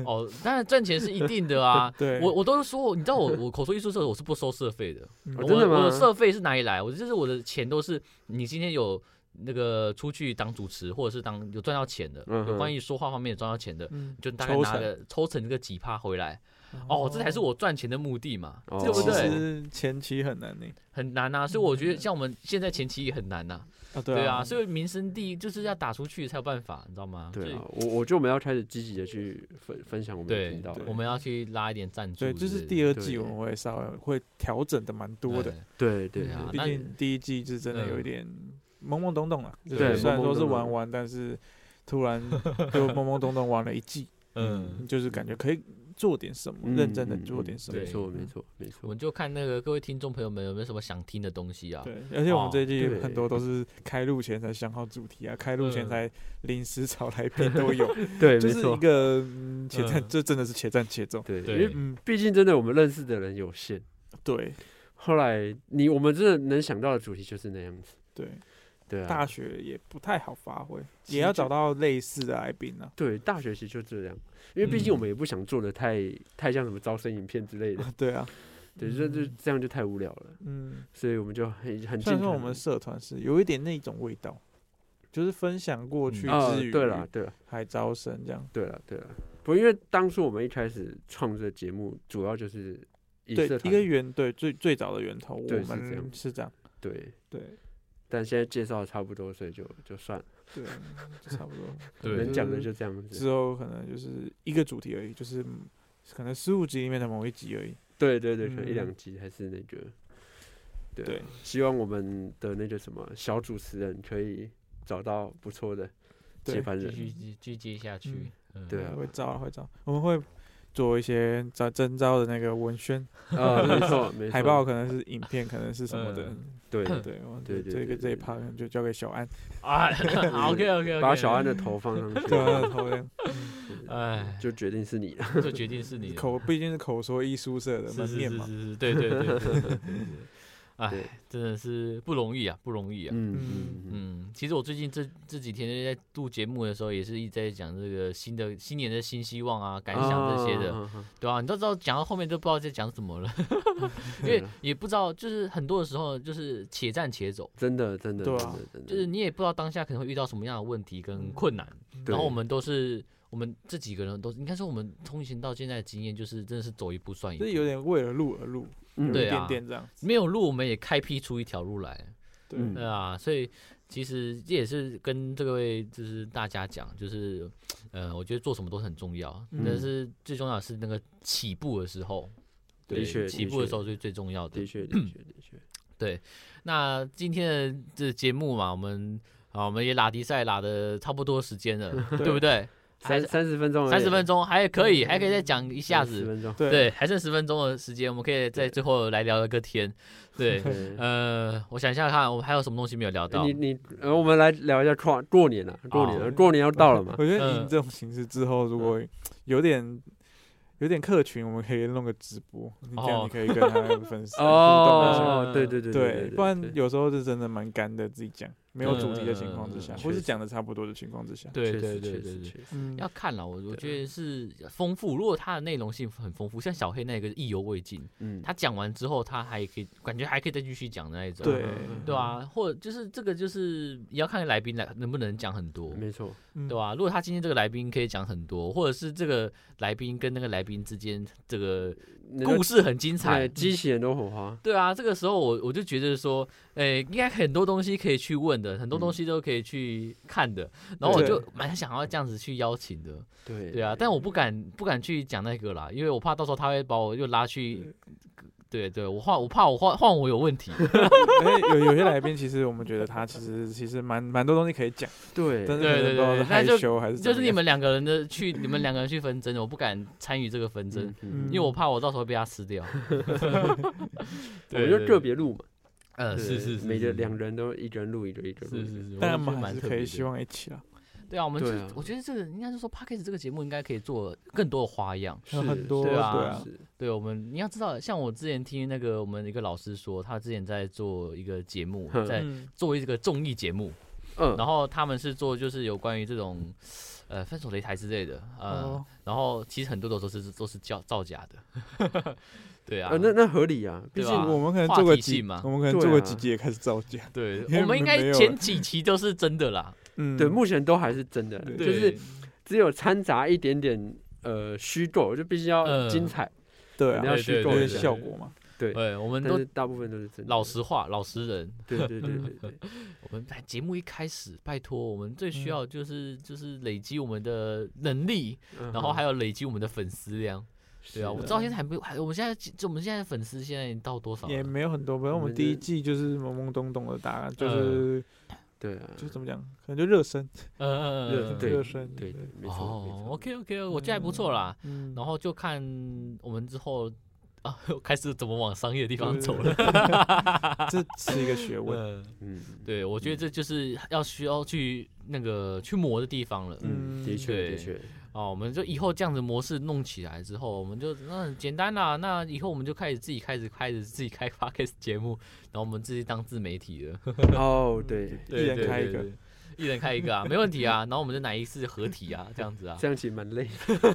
[SPEAKER 1] 哦，当然赚钱是一定的啊
[SPEAKER 4] 对，
[SPEAKER 1] 我我都说，你知道我 我口说艺术社我是不收社费的，
[SPEAKER 4] 嗯
[SPEAKER 2] 哦
[SPEAKER 1] 我
[SPEAKER 2] 真的吗
[SPEAKER 1] 我的社费是哪里来？我就是我的钱都是你今天有那个出去当主持，或者是当有赚到钱的，
[SPEAKER 2] 嗯哼
[SPEAKER 1] 有关于说话方面有赚到钱的，
[SPEAKER 4] 嗯
[SPEAKER 1] 就大概
[SPEAKER 4] 抽
[SPEAKER 1] 拿
[SPEAKER 4] 成
[SPEAKER 1] 个抽成个几趴回来。哦，这才是我赚钱的目的嘛，
[SPEAKER 2] 哦
[SPEAKER 1] 对不
[SPEAKER 4] 其
[SPEAKER 1] 对？
[SPEAKER 4] 实前期很难呢。
[SPEAKER 1] 很难啊，所以我觉得像我们现在前期也很难呐、
[SPEAKER 4] 啊，
[SPEAKER 1] 对
[SPEAKER 4] 啊，
[SPEAKER 1] 啊，所以民生地就是要打出去才有办法，你知道吗？
[SPEAKER 2] 对
[SPEAKER 1] 所以
[SPEAKER 2] 啊，我我觉得我们要开始积极的去分分享我们的
[SPEAKER 1] 对
[SPEAKER 2] 频道了。
[SPEAKER 1] 我们要去拉一点赞助之类
[SPEAKER 4] 欸
[SPEAKER 1] 的，
[SPEAKER 4] 对，就是第二
[SPEAKER 2] 对
[SPEAKER 4] 季我们会稍微会调整的蛮多的，
[SPEAKER 2] 对对
[SPEAKER 1] 对啊
[SPEAKER 4] 毕
[SPEAKER 1] 那嗯
[SPEAKER 4] 竟第一季是真的有一点懵懵懂懂了，就
[SPEAKER 1] 对
[SPEAKER 4] 是虽然
[SPEAKER 2] 懵懵
[SPEAKER 4] 说是
[SPEAKER 2] 懂懂
[SPEAKER 4] 玩玩，但是突然就懵懵懂懂玩了一季，
[SPEAKER 1] 嗯，
[SPEAKER 4] 就是感觉可以做点什么，
[SPEAKER 2] 嗯
[SPEAKER 4] 认真的
[SPEAKER 2] 嗯嗯
[SPEAKER 4] 做点什么
[SPEAKER 2] 没
[SPEAKER 1] 对。
[SPEAKER 2] 错没错没
[SPEAKER 1] 我
[SPEAKER 2] 错
[SPEAKER 1] 们。就看那个各位听众朋友们有没有什么想听的东西啊？
[SPEAKER 4] 对，而且我们这一季
[SPEAKER 2] 哦对
[SPEAKER 4] 很多都是开录前才想好主题啊，开录前
[SPEAKER 1] 嗯
[SPEAKER 4] 才临时找来宾都有，
[SPEAKER 2] 对，
[SPEAKER 4] 就
[SPEAKER 2] 没
[SPEAKER 4] 是一
[SPEAKER 2] 错。
[SPEAKER 4] 个嗯且战，
[SPEAKER 1] 嗯
[SPEAKER 4] 这真的是且战且走。
[SPEAKER 2] 对，因
[SPEAKER 1] 对
[SPEAKER 2] 为
[SPEAKER 4] 嗯，
[SPEAKER 2] 毕竟真的我们认识的人有限，
[SPEAKER 4] 对
[SPEAKER 2] 后来你我们真的能想到的主题就是那样子。
[SPEAKER 4] 对，
[SPEAKER 2] 对啊，
[SPEAKER 4] 大学也不太好发挥，
[SPEAKER 2] 其
[SPEAKER 4] 也
[SPEAKER 2] 实
[SPEAKER 4] 要
[SPEAKER 2] 就
[SPEAKER 4] 找到类似的来宾啊。
[SPEAKER 2] 对，大学其实就这样，因为毕竟我
[SPEAKER 4] 嗯
[SPEAKER 2] 们也不想做的太、太像什么招生影片之类的，
[SPEAKER 4] 对啊，
[SPEAKER 2] 对，这就这样就太无聊了，
[SPEAKER 4] 嗯，
[SPEAKER 2] 所以我们就很很尽
[SPEAKER 4] 虽然
[SPEAKER 2] 可
[SPEAKER 4] 说我们
[SPEAKER 2] 能
[SPEAKER 4] 社团是有一点那种味道，就是分享过去
[SPEAKER 1] 嗯
[SPEAKER 2] 啊
[SPEAKER 4] 之余，
[SPEAKER 2] 对了，对了，
[SPEAKER 4] 还招生这样。
[SPEAKER 2] 对了，对了。不过因为当初我们一开始创这个节目，主要就是以
[SPEAKER 4] 对
[SPEAKER 2] 社，
[SPEAKER 4] 一
[SPEAKER 2] 团
[SPEAKER 4] 个源对最最早的源头，我
[SPEAKER 2] 对是这
[SPEAKER 4] 们
[SPEAKER 2] 样
[SPEAKER 4] 是这样，
[SPEAKER 2] 对，
[SPEAKER 4] 对
[SPEAKER 2] 但现在介绍得差不多，所以就就算了，
[SPEAKER 4] 对，嗯就差不 多。
[SPEAKER 2] 能讲的
[SPEAKER 4] 嗯
[SPEAKER 2] 就这样子。
[SPEAKER 4] 之后可能就是一个主题而已，就是嗯可能十五集里面的某一集而已。
[SPEAKER 2] 对对对，可能一
[SPEAKER 4] 嗯
[SPEAKER 2] 两集还是那个。对啊
[SPEAKER 4] 对
[SPEAKER 2] 希望我们的那个什么小主持人可以找到不错的接
[SPEAKER 4] 对
[SPEAKER 2] 班
[SPEAKER 1] 继
[SPEAKER 2] 人。
[SPEAKER 1] 续继继续接下去
[SPEAKER 4] 嗯。
[SPEAKER 1] 嗯
[SPEAKER 2] 对啊
[SPEAKER 4] 会招啊会招，我们会做一些招征招的那个文宣，
[SPEAKER 2] 啊，没错，没错。
[SPEAKER 4] 海报可能是影片，可能是什么的。
[SPEAKER 1] 嗯
[SPEAKER 2] 对，
[SPEAKER 4] 对， 我
[SPEAKER 2] 对对
[SPEAKER 4] 这
[SPEAKER 2] 对
[SPEAKER 4] 个这
[SPEAKER 2] 对
[SPEAKER 4] 一 part 可能就交给 小安，
[SPEAKER 1] 啊，OK OK，
[SPEAKER 2] 把小安的头放上
[SPEAKER 4] 对啊，
[SPEAKER 2] 去，
[SPEAKER 4] 头像
[SPEAKER 1] 哎，
[SPEAKER 2] 就决定是你了。
[SPEAKER 1] 这决定是你的
[SPEAKER 4] 口毕竟是口说艺术社的
[SPEAKER 1] 是
[SPEAKER 4] 门
[SPEAKER 1] 是
[SPEAKER 4] 面
[SPEAKER 1] 是
[SPEAKER 4] 嘛，
[SPEAKER 1] 是是，对对对对对对对。
[SPEAKER 2] 对
[SPEAKER 1] 哎，真的是不容易啊，不容易啊。
[SPEAKER 2] 嗯
[SPEAKER 4] 嗯
[SPEAKER 2] 嗯嗯，
[SPEAKER 1] 嗯，其实我最近这这几天在录节目的时候，也是一直在讲这个新的新年的新希望啊、感想这些的，
[SPEAKER 2] 啊。啊啊
[SPEAKER 1] 对啊，你都知道讲到后面都不知道在讲什么了， 因
[SPEAKER 2] 对
[SPEAKER 1] 为
[SPEAKER 2] 了
[SPEAKER 1] 也不知道，就是很多的时候就是且战且走，
[SPEAKER 2] 真的真的，
[SPEAKER 4] 对啊
[SPEAKER 2] 真的真的
[SPEAKER 1] 就是你也不知道当下可能会遇到什么样的问题跟
[SPEAKER 4] 嗯
[SPEAKER 1] 困难，然后
[SPEAKER 2] 对
[SPEAKER 1] 我们都是我们这几个人都应该说我们从以前到现在的经验就是真的是走一步算一
[SPEAKER 4] 就是
[SPEAKER 1] 步，
[SPEAKER 4] 有点为了录而录，有
[SPEAKER 2] 嗯
[SPEAKER 4] 一
[SPEAKER 1] 对啊
[SPEAKER 4] 点点这样，
[SPEAKER 1] 没有路我们也开辟出一条路来，
[SPEAKER 4] 对
[SPEAKER 2] 嗯
[SPEAKER 1] 对啊，所以其实这也是跟这位就是大家讲，就是呃，我觉得做什么都很重要，
[SPEAKER 4] 嗯
[SPEAKER 1] 但是最重要的是那个起步的时候，
[SPEAKER 2] 的
[SPEAKER 1] 对
[SPEAKER 2] 确
[SPEAKER 1] 起
[SPEAKER 2] 的
[SPEAKER 1] 步的
[SPEAKER 2] 确
[SPEAKER 1] 时候是嗯最重要
[SPEAKER 2] 的
[SPEAKER 1] 的。
[SPEAKER 2] 确的确的确，
[SPEAKER 1] 那今天的这节目嘛，我们啊，我们也拉迪赛拉的差不多时间 了，对不对？还
[SPEAKER 2] 三
[SPEAKER 1] 是
[SPEAKER 2] 三十分钟而已，
[SPEAKER 1] 三十分钟还可以，
[SPEAKER 4] 嗯
[SPEAKER 1] 还可以再讲一
[SPEAKER 2] 一
[SPEAKER 1] 下
[SPEAKER 2] 十
[SPEAKER 1] 子。
[SPEAKER 2] 分钟，
[SPEAKER 4] 对
[SPEAKER 1] 对，还剩十分钟的时间，我们可以在
[SPEAKER 2] 对
[SPEAKER 1] 最后来聊一个天。对，
[SPEAKER 2] 对
[SPEAKER 1] 呃，我想一下看，我们还有什么东西没有聊到
[SPEAKER 2] 你？你呃，我们来聊一下跨过年了，过年了，呃
[SPEAKER 4] 哦
[SPEAKER 2] 过年要到了 嘛？
[SPEAKER 4] 我觉
[SPEAKER 1] 嗯
[SPEAKER 4] 得以这种形式之后，如果有点有点客群，我们可以弄个直播，你这
[SPEAKER 1] 哦
[SPEAKER 4] 样你可以跟他的粉丝互动一下。
[SPEAKER 2] 哦，对对对
[SPEAKER 4] 对，
[SPEAKER 2] 对，
[SPEAKER 4] 不然
[SPEAKER 2] 对
[SPEAKER 4] 有时候是真的蛮干的，自己讲没有主题的情况之
[SPEAKER 2] 嗯
[SPEAKER 4] 下，
[SPEAKER 2] 嗯嗯
[SPEAKER 4] 或
[SPEAKER 2] 确
[SPEAKER 4] 是
[SPEAKER 2] 实
[SPEAKER 4] 讲的差不多的情况之下，
[SPEAKER 1] 对
[SPEAKER 2] 确
[SPEAKER 1] 对
[SPEAKER 2] 实
[SPEAKER 1] 对
[SPEAKER 2] 确
[SPEAKER 1] 对
[SPEAKER 2] 实
[SPEAKER 1] 对。
[SPEAKER 2] 确实
[SPEAKER 4] 嗯
[SPEAKER 1] 要，看了，我我
[SPEAKER 2] 对
[SPEAKER 1] 觉得是丰富。如果它的内容性很丰富，像小黑那个意犹未尽，
[SPEAKER 2] 嗯，
[SPEAKER 1] 他讲完之后，他还可以感觉还可以再继续讲的那一种。
[SPEAKER 4] 对
[SPEAKER 1] 对啊，或者就是这个就是也要看来宾来能不能讲很多，
[SPEAKER 2] 没错，
[SPEAKER 4] 嗯
[SPEAKER 1] 对吧、啊如果他今天这个来宾可以讲很多，或者是这个来宾跟那个来宾之间这个
[SPEAKER 2] 能够
[SPEAKER 1] 故事很精
[SPEAKER 2] 哎
[SPEAKER 1] 彩。
[SPEAKER 2] 激起很多火花，
[SPEAKER 1] 对啊，这个时候我我就觉得说，诶、应该很多东西可以去问的，很多东
[SPEAKER 2] 嗯
[SPEAKER 1] 西都可以去看的，然后我
[SPEAKER 4] 对
[SPEAKER 1] 就蛮想要这样子去邀请的。
[SPEAKER 2] 对
[SPEAKER 1] 对啊，但我不敢不敢去讲那个啦，因为我怕到时候他会把我又拉去，对对，我怕我怕我换换我有问题，
[SPEAKER 4] 因为有有些来宾，其实我们觉得他其实其实蛮蛮多东西可以讲，
[SPEAKER 2] 对
[SPEAKER 4] 但是
[SPEAKER 1] 对
[SPEAKER 4] 可
[SPEAKER 1] 对
[SPEAKER 4] 能不知道
[SPEAKER 1] 对
[SPEAKER 4] 是
[SPEAKER 1] 那
[SPEAKER 4] 害
[SPEAKER 1] 就
[SPEAKER 4] 羞还是怎
[SPEAKER 1] 就是
[SPEAKER 4] 么
[SPEAKER 1] 你
[SPEAKER 4] 样
[SPEAKER 1] 们两个人的去你们两个人去纷争，我不敢参与这个纷争，
[SPEAKER 2] 嗯，
[SPEAKER 1] 因为我怕我到时候被他吃掉。
[SPEAKER 2] 我们就个，别录嘛，
[SPEAKER 1] 嗯，
[SPEAKER 2] 对
[SPEAKER 1] 是是是，
[SPEAKER 2] 每个
[SPEAKER 1] 是
[SPEAKER 2] 两人都一个人录一个，一个
[SPEAKER 1] 是
[SPEAKER 2] 人
[SPEAKER 1] 是
[SPEAKER 2] 录，
[SPEAKER 1] 是，
[SPEAKER 4] 但
[SPEAKER 1] 我觉
[SPEAKER 4] 我
[SPEAKER 1] 得
[SPEAKER 4] 们还
[SPEAKER 1] 蛮
[SPEAKER 4] 是
[SPEAKER 1] 特
[SPEAKER 4] 可
[SPEAKER 1] 别
[SPEAKER 4] 以
[SPEAKER 1] 的
[SPEAKER 4] 希望一起啦，
[SPEAKER 1] 对啊，我们就
[SPEAKER 2] 对啊
[SPEAKER 1] 我觉得这个应该是说 p a c k a g e 这个节目应该可以做更多的花样。
[SPEAKER 2] 是
[SPEAKER 4] 很多
[SPEAKER 1] 对啊
[SPEAKER 2] 是是
[SPEAKER 1] 对我们，你要知道，像我之前听那个我们一个老师说，他之前在做一个节目，
[SPEAKER 2] 哼
[SPEAKER 1] 在
[SPEAKER 4] 嗯
[SPEAKER 1] 做一个综艺节目，
[SPEAKER 2] 嗯，
[SPEAKER 1] 然后他们是做就是有关于这种，呃，分手擂台之类的，呃，
[SPEAKER 4] 哦
[SPEAKER 1] 然后其实很多的都是都是造造假的， 对啊，
[SPEAKER 2] 呃，那那合理啊，
[SPEAKER 4] 毕
[SPEAKER 1] 对
[SPEAKER 4] 竟
[SPEAKER 1] 吧
[SPEAKER 4] 我们可能
[SPEAKER 1] 呃话
[SPEAKER 4] 做个
[SPEAKER 1] 题
[SPEAKER 4] 几
[SPEAKER 1] 性嘛，
[SPEAKER 4] 我们可能
[SPEAKER 2] 对
[SPEAKER 4] 做个
[SPEAKER 2] 啊
[SPEAKER 4] 几集也开始造假，
[SPEAKER 1] 对
[SPEAKER 4] 因，为
[SPEAKER 1] 我们应该
[SPEAKER 4] 没有
[SPEAKER 1] 前几期都是真的啦，
[SPEAKER 4] 嗯，
[SPEAKER 2] 对，目前都还是真的啦，就
[SPEAKER 1] 对
[SPEAKER 2] 是只有掺杂一点点呃虚构，就必须要
[SPEAKER 1] 嗯
[SPEAKER 2] 精彩，
[SPEAKER 4] 对
[SPEAKER 2] 可能
[SPEAKER 4] 啊，
[SPEAKER 2] 要
[SPEAKER 1] 对
[SPEAKER 2] 虚
[SPEAKER 1] 对
[SPEAKER 2] 构
[SPEAKER 4] 有
[SPEAKER 2] 一
[SPEAKER 4] 点
[SPEAKER 1] 对
[SPEAKER 2] 下
[SPEAKER 4] 效，果嘛，
[SPEAKER 2] 对，
[SPEAKER 1] 对，我们
[SPEAKER 2] 但
[SPEAKER 1] 都
[SPEAKER 2] 是大部分都是真的，
[SPEAKER 1] 老实话，老实人。
[SPEAKER 2] 对，对对对对 对，
[SPEAKER 1] 我们在哎节目一开始，拜托，我们最需要就是、就是累积我们的能力，
[SPEAKER 2] 嗯
[SPEAKER 1] 然后还有累积我们的粉丝量。对啊，
[SPEAKER 2] 是
[SPEAKER 1] 我
[SPEAKER 2] 的
[SPEAKER 1] 到现在还没有，还我们现在就我们现在粉丝现在已经到多少
[SPEAKER 4] 也
[SPEAKER 1] 了？
[SPEAKER 4] 没有很多，反正
[SPEAKER 2] 我
[SPEAKER 4] 我们
[SPEAKER 2] 们
[SPEAKER 4] 第一
[SPEAKER 2] 这
[SPEAKER 4] 季就是懵懵懂懂的答案，就
[SPEAKER 1] 呃
[SPEAKER 4] 是
[SPEAKER 2] 对啊，
[SPEAKER 4] 就怎么讲，可能就热身，
[SPEAKER 1] 嗯嗯嗯嗯，
[SPEAKER 2] 对
[SPEAKER 4] 热身，
[SPEAKER 2] 对对，没错，没
[SPEAKER 1] 哦
[SPEAKER 2] 错
[SPEAKER 1] ，OK OK，我觉得还不错啦。
[SPEAKER 4] 嗯，
[SPEAKER 1] 然后就看我们之后啊，开始怎么往商业的地方
[SPEAKER 4] 对
[SPEAKER 1] 走了。
[SPEAKER 4] 这是一个学问，
[SPEAKER 1] 嗯，
[SPEAKER 2] 嗯，
[SPEAKER 1] 对，我觉得这就是要需要去那个去磨的地方了。
[SPEAKER 2] 嗯，的
[SPEAKER 4] 嗯
[SPEAKER 2] 确的
[SPEAKER 1] 对
[SPEAKER 2] 确，
[SPEAKER 1] 哦，我们就以后这样子模式弄起来之后，我们就那很简单啦。那以后我们就开始自己开始开始自己开 podcast 节目，然后我们自己当自媒体了。
[SPEAKER 2] 哦，对，
[SPEAKER 4] 一
[SPEAKER 1] 嗯
[SPEAKER 4] 人
[SPEAKER 1] 对
[SPEAKER 4] 开一个，，
[SPEAKER 1] 一人开一个啊，没问题啊。然后我们就哪一次合体啊，这样子啊。
[SPEAKER 2] 这样其实蛮累的。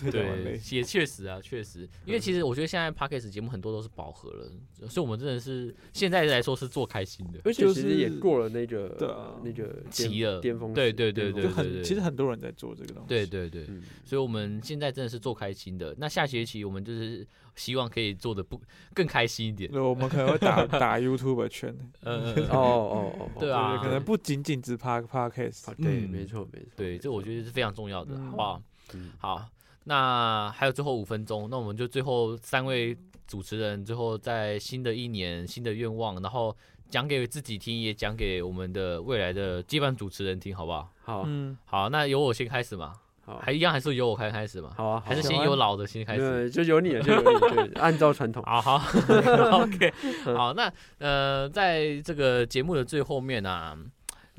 [SPEAKER 4] 对的，蛮累
[SPEAKER 1] 对，也确实啊，确实，因为其实我觉得现在 podcast 节目很多都是饱和了，所以我们真的是现在来说是做开心的。
[SPEAKER 2] 而且
[SPEAKER 4] 就
[SPEAKER 2] 其实也
[SPEAKER 4] 是
[SPEAKER 2] 过了那个
[SPEAKER 4] 对啊
[SPEAKER 2] 那个
[SPEAKER 1] 急
[SPEAKER 2] 巅
[SPEAKER 1] 了
[SPEAKER 2] 巅峰时，
[SPEAKER 1] 对对对
[SPEAKER 2] 巅峰
[SPEAKER 1] 对
[SPEAKER 4] 就
[SPEAKER 2] 时
[SPEAKER 1] 对
[SPEAKER 4] 很其实很多人在做这个东西。
[SPEAKER 1] 对对对，
[SPEAKER 2] 嗯，
[SPEAKER 1] 所以我们现在真的是做开心的。那下学期我们就是希望可以做的不更开心一点。
[SPEAKER 4] 对，我们可能 会打打 YouTube 圈，
[SPEAKER 1] 呃，嗯
[SPEAKER 2] 哦哦哦，
[SPEAKER 1] 对
[SPEAKER 4] 对
[SPEAKER 1] 啊，
[SPEAKER 4] 可能不仅仅只拍 Podcast
[SPEAKER 2] 哦，。对，
[SPEAKER 1] 嗯
[SPEAKER 2] 没错没错，
[SPEAKER 1] 对，这我觉得是非常重要的，
[SPEAKER 4] 嗯
[SPEAKER 1] 好不好？
[SPEAKER 2] 嗯
[SPEAKER 1] 好，那还有最后五分钟，那我们就最后三位主持人最后在新的一年新的愿望，然后讲给自己听，也讲给我们的未来的接班主持人听，好不好？
[SPEAKER 2] 好
[SPEAKER 4] 嗯，
[SPEAKER 1] 好，那由我先开始嘛，
[SPEAKER 2] 好
[SPEAKER 1] 还一样还是由我开开始嘛，
[SPEAKER 2] 好啊，
[SPEAKER 1] 还是
[SPEAKER 2] 好啊
[SPEAKER 1] 先由老的先开始？
[SPEAKER 2] 对，就由你了，就由你了，对，按照传统，
[SPEAKER 1] 好好 ，OK，好，那呃，在这个节目的最后面呢、啊，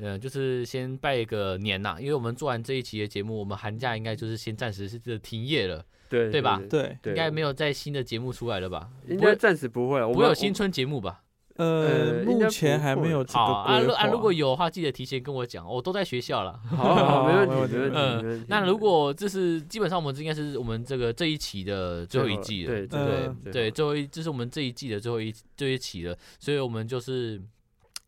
[SPEAKER 1] 呃，就是先拜一个年呐、因为我们做完这一期的节目，我们寒假应该就是先暂时是这停业了，
[SPEAKER 2] 对
[SPEAKER 1] 对吧
[SPEAKER 4] 对，
[SPEAKER 2] 对，
[SPEAKER 1] 应该没有在新的节目出来了吧？
[SPEAKER 2] 应
[SPEAKER 1] 不会
[SPEAKER 2] 该暂时不会了，我
[SPEAKER 1] 不
[SPEAKER 2] 们
[SPEAKER 1] 会有
[SPEAKER 2] 我
[SPEAKER 1] 新春节目吧？
[SPEAKER 2] 呃
[SPEAKER 4] 呃，
[SPEAKER 2] 应该
[SPEAKER 4] 目
[SPEAKER 2] 不
[SPEAKER 4] 前还没有这个
[SPEAKER 1] 好啊，如
[SPEAKER 4] 规划
[SPEAKER 1] 啊如果有的话，记得提前跟我讲，我都在学校了。
[SPEAKER 2] 好好好，没问题
[SPEAKER 4] 哦没问题
[SPEAKER 2] 没问题
[SPEAKER 1] 嗯
[SPEAKER 2] 没问题，
[SPEAKER 1] 那如果这是基本上我们这应该是我们这个这一期的最后一季了，
[SPEAKER 2] 对
[SPEAKER 1] 对不
[SPEAKER 4] 嗯
[SPEAKER 1] 对对，最后一这是我们这一季的最后一最后一期了，所以我们就是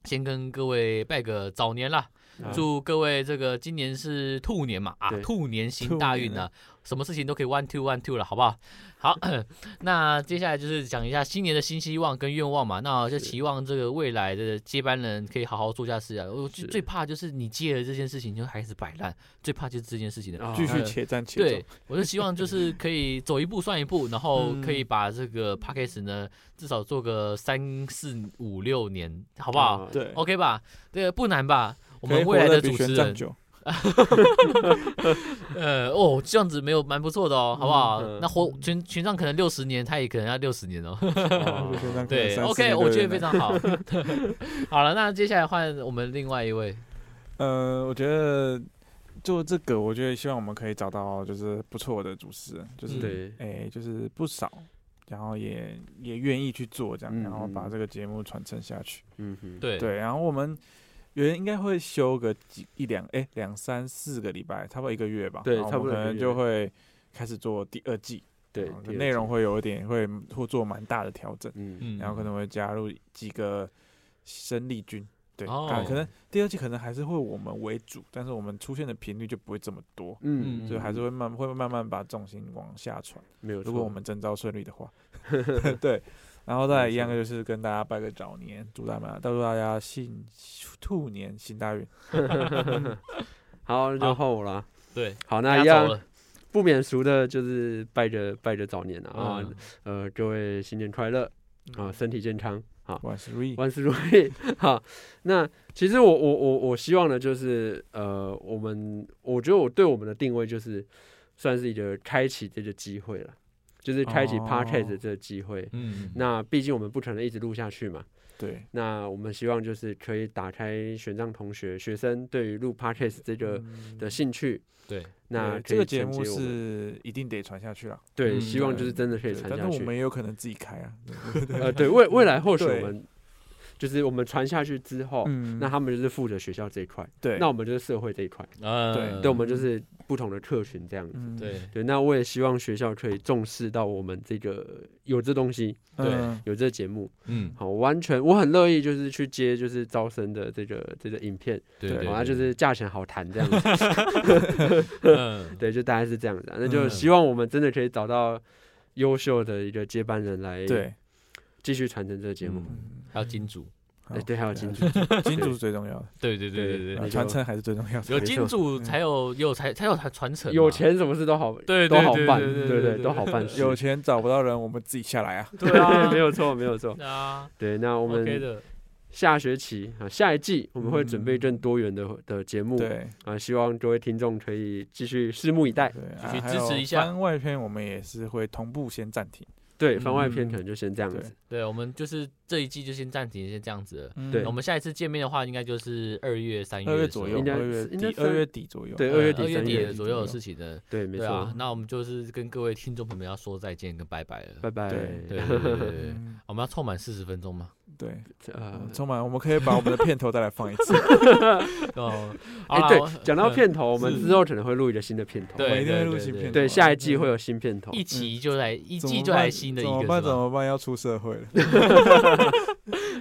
[SPEAKER 1] 先跟各位拜个早年啦，
[SPEAKER 2] 好
[SPEAKER 1] 祝各位这个今年是兔年嘛啊，
[SPEAKER 2] 嗯对
[SPEAKER 1] 兔年行大运
[SPEAKER 4] 兔年
[SPEAKER 1] 啊，什么事情都可以 one two one two 了，好不好？好， 那接下来就是讲一下新年的新希望跟愿望嘛，那就是期望这个未来的接班人可以好好做下事啊。我最
[SPEAKER 2] 是
[SPEAKER 1] 最怕就是你接了这件事情就开始摆烂，最怕就是这件事情的。
[SPEAKER 2] 啊
[SPEAKER 4] 继续
[SPEAKER 1] 呃
[SPEAKER 4] 且战且
[SPEAKER 1] 对
[SPEAKER 4] 走。，
[SPEAKER 1] 我是希望就是可以走一步算一步，然后可以
[SPEAKER 4] 嗯
[SPEAKER 1] 把这个 p a c k a g e 呢至少做个三四五六年，好不好？
[SPEAKER 2] 啊
[SPEAKER 4] 哦对，
[SPEAKER 1] OK 吧？这个不难吧？哦我
[SPEAKER 4] 我
[SPEAKER 1] 们未来的主
[SPEAKER 4] 比
[SPEAKER 1] 持
[SPEAKER 4] 玄奘
[SPEAKER 1] 人，
[SPEAKER 4] 久。
[SPEAKER 1] 呃，哦，这样子没有蛮不错的哦，好不好？
[SPEAKER 2] 嗯嗯
[SPEAKER 1] 那活全全上可能六十年，他也可能要六十年 哦。
[SPEAKER 2] 哦
[SPEAKER 4] 比玄奘可能
[SPEAKER 1] 对
[SPEAKER 4] 30
[SPEAKER 1] ，OK，
[SPEAKER 4] 年
[SPEAKER 1] 我
[SPEAKER 4] 都
[SPEAKER 1] 觉
[SPEAKER 4] 有
[SPEAKER 1] 得非
[SPEAKER 4] 呢
[SPEAKER 1] 常 好。 好了，那接下来换我们另外一位，
[SPEAKER 4] 呃，我觉得做这个，我觉得希望我们可以找到就是不错的主持人，就是
[SPEAKER 1] 嗯
[SPEAKER 2] 对
[SPEAKER 4] 哎、就是不少，然后也也愿意去做这样，
[SPEAKER 2] 嗯
[SPEAKER 4] 然后把
[SPEAKER 2] 嗯
[SPEAKER 4] 这个节目传承下去。
[SPEAKER 2] 嗯哼，
[SPEAKER 1] 对
[SPEAKER 4] 对，然后我们原应该会休个几一两哎两三四个礼拜，差不多一个月吧。
[SPEAKER 2] 对
[SPEAKER 4] 然后
[SPEAKER 2] 差不
[SPEAKER 4] 我
[SPEAKER 2] 多一
[SPEAKER 4] 们可
[SPEAKER 2] 个
[SPEAKER 4] 能
[SPEAKER 2] 月
[SPEAKER 4] 就会开始做第二季，
[SPEAKER 2] 对
[SPEAKER 4] 然后，
[SPEAKER 2] 第二
[SPEAKER 4] 内容
[SPEAKER 2] 集，
[SPEAKER 4] 会有一点会会做蛮大的调整，
[SPEAKER 2] 嗯
[SPEAKER 1] 嗯，
[SPEAKER 4] 然后可能会加入几个生力军。对，
[SPEAKER 1] 哦
[SPEAKER 4] 啊，可能第二季可能还是会我们为主，但是我们出现的频率就不会这么多，
[SPEAKER 1] 嗯
[SPEAKER 4] 所以还是会慢会慢慢把重心往下传。
[SPEAKER 2] 没有错，
[SPEAKER 4] 如果我们征召顺利的 话，对，然后再来一样
[SPEAKER 2] 没错
[SPEAKER 4] 就是跟大家拜个早年，祝大家祝大家新兔年行大运。
[SPEAKER 2] 好，那
[SPEAKER 1] 好
[SPEAKER 2] 就换我了。
[SPEAKER 1] 对，
[SPEAKER 2] 好，
[SPEAKER 1] 大
[SPEAKER 2] 那
[SPEAKER 1] 家
[SPEAKER 2] 一
[SPEAKER 1] 走
[SPEAKER 2] 样
[SPEAKER 1] 了
[SPEAKER 2] 不免俗的，就是拜着拜着早年了啊、
[SPEAKER 1] 嗯
[SPEAKER 2] 呃，各位新年快乐
[SPEAKER 4] 嗯
[SPEAKER 2] 啊、身体健康啊，
[SPEAKER 4] 万事如意。
[SPEAKER 2] 万事如意。 好，那其实我我我我希望的就是呃，我们我觉得我对我们的定位就是算是一个开启这个机会了，就是开启
[SPEAKER 4] 哦
[SPEAKER 2] podcast 的这个机会。
[SPEAKER 1] 嗯，
[SPEAKER 2] 那毕竟我们不可能一直录下去嘛，
[SPEAKER 4] 对，
[SPEAKER 2] 那我们希望就是可以打开玄奘同学学生对于录 podcast 这个
[SPEAKER 4] 嗯
[SPEAKER 2] 的兴趣。
[SPEAKER 1] 对，
[SPEAKER 2] 呃那可
[SPEAKER 4] 对这
[SPEAKER 2] 以
[SPEAKER 4] 个节
[SPEAKER 2] 承
[SPEAKER 4] 目
[SPEAKER 2] 接我们
[SPEAKER 4] 是一定得传下去了，
[SPEAKER 2] 对，
[SPEAKER 1] 嗯
[SPEAKER 2] 希望就是
[SPEAKER 4] 对
[SPEAKER 2] 真的可以
[SPEAKER 4] 对
[SPEAKER 2] 传
[SPEAKER 4] 但是
[SPEAKER 2] 下
[SPEAKER 4] 我
[SPEAKER 2] 去。
[SPEAKER 4] 们也有可能自己开啊。
[SPEAKER 2] 呃，对未未来或许
[SPEAKER 4] 对
[SPEAKER 2] 我们就是我们传下去之后，
[SPEAKER 4] 嗯
[SPEAKER 2] 哦那他们就是负责学校这一块，
[SPEAKER 4] 对，
[SPEAKER 2] 那我们就是社会这一块，
[SPEAKER 1] 呃，
[SPEAKER 2] 对，我们就是不同的客群这样子。
[SPEAKER 4] 嗯
[SPEAKER 1] 对，
[SPEAKER 2] 对，那我也希望学校可以重视到我们这个有这东西，
[SPEAKER 1] 对
[SPEAKER 4] 嗯
[SPEAKER 2] 有这节目。
[SPEAKER 1] 嗯，
[SPEAKER 2] 好，完全我很乐意就是去接就是招生的这个这个影片，
[SPEAKER 1] 对
[SPEAKER 4] 对
[SPEAKER 1] 对，
[SPEAKER 2] 好，那
[SPEAKER 1] 对
[SPEAKER 2] 就是价钱好谈这样子。
[SPEAKER 1] 嗯，
[SPEAKER 2] 对，就大概是这样子啊。那就
[SPEAKER 1] 嗯
[SPEAKER 2] 希望我们真的可以找到优秀的一个接班人来
[SPEAKER 4] 对，
[SPEAKER 2] 继续传承这个节目。
[SPEAKER 1] 嗯还有金主，
[SPEAKER 4] 好
[SPEAKER 2] 哎，对，还有金主，
[SPEAKER 4] 金主是最重要的，
[SPEAKER 1] 对对对对
[SPEAKER 2] 对
[SPEAKER 1] 对，
[SPEAKER 4] 啊
[SPEAKER 2] 那就
[SPEAKER 4] 传承还是最重 要的。
[SPEAKER 1] 有
[SPEAKER 2] 没
[SPEAKER 1] 金
[SPEAKER 2] 错嗯
[SPEAKER 1] 主才有有才才有传传承嘛，啊
[SPEAKER 2] 有钱什么事都好，
[SPEAKER 1] 对
[SPEAKER 2] 都
[SPEAKER 1] 对
[SPEAKER 2] 好
[SPEAKER 1] 对
[SPEAKER 2] 办，
[SPEAKER 1] 对对
[SPEAKER 2] 对
[SPEAKER 1] 对
[SPEAKER 2] 对，都好办事。
[SPEAKER 4] 有钱找不到人，我们自己下来啊。
[SPEAKER 1] 对啊
[SPEAKER 2] 没有错，没有错。
[SPEAKER 1] 对啊
[SPEAKER 2] 对，那我
[SPEAKER 1] ，OK
[SPEAKER 2] 们
[SPEAKER 1] 的，
[SPEAKER 2] 下学期啊，下一季我们会准备
[SPEAKER 4] 嗯
[SPEAKER 2] 更多元的的节目
[SPEAKER 4] 对
[SPEAKER 2] 啊，希望各位听众可以继续拭目以待。
[SPEAKER 4] 对，
[SPEAKER 1] 继续
[SPEAKER 4] 啊
[SPEAKER 1] 支持一下
[SPEAKER 4] 还有番外篇我们也是会同步先暂停。
[SPEAKER 2] 对，番外篇
[SPEAKER 1] 嗯
[SPEAKER 2] 可能就先这样
[SPEAKER 4] 对
[SPEAKER 2] 子。
[SPEAKER 1] 对，我们就是这一季就先暂停，先这样子了。
[SPEAKER 2] 对
[SPEAKER 1] 那我们下一次见面的话，应该就是二月、三
[SPEAKER 4] 二月
[SPEAKER 1] 月
[SPEAKER 4] 左右，
[SPEAKER 2] 应该
[SPEAKER 4] 二月
[SPEAKER 2] 是应该
[SPEAKER 4] 底，
[SPEAKER 2] 是
[SPEAKER 4] 二月底左右。
[SPEAKER 2] 对
[SPEAKER 1] 呃
[SPEAKER 2] 二月底
[SPEAKER 1] 二月
[SPEAKER 2] 三月
[SPEAKER 1] 底
[SPEAKER 2] 底
[SPEAKER 1] 左右的事情的。
[SPEAKER 2] 对，没
[SPEAKER 1] 对啊
[SPEAKER 2] 错，。
[SPEAKER 1] 那我们就是跟各位 听众朋友们要说再见跟拜拜了。
[SPEAKER 2] 拜拜。
[SPEAKER 4] 对
[SPEAKER 1] 对对对对对，
[SPEAKER 4] 嗯
[SPEAKER 1] 我们要凑满四十分钟吗？
[SPEAKER 4] 对，
[SPEAKER 2] 呃，
[SPEAKER 4] 充满我们可以把我们的片头再来放 一次，
[SPEAKER 1] 哦，好
[SPEAKER 2] 哎，
[SPEAKER 1] 啦
[SPEAKER 2] 对
[SPEAKER 1] 我，呃
[SPEAKER 2] 讲到片头，我们
[SPEAKER 1] 是
[SPEAKER 2] 之后可能会录一个新的片头，
[SPEAKER 4] 我
[SPEAKER 1] 对
[SPEAKER 4] 们一定会录新片头。
[SPEAKER 2] 对，下一季会有新片头，
[SPEAKER 1] 一期就来一
[SPEAKER 4] 怎么
[SPEAKER 1] 季就来
[SPEAKER 4] 办
[SPEAKER 1] 新的一
[SPEAKER 4] 怎
[SPEAKER 1] 个
[SPEAKER 4] 么
[SPEAKER 1] 是
[SPEAKER 4] 办？
[SPEAKER 1] 吧
[SPEAKER 4] 怎么办？要出社会
[SPEAKER 1] OK
[SPEAKER 2] 对
[SPEAKER 4] 了，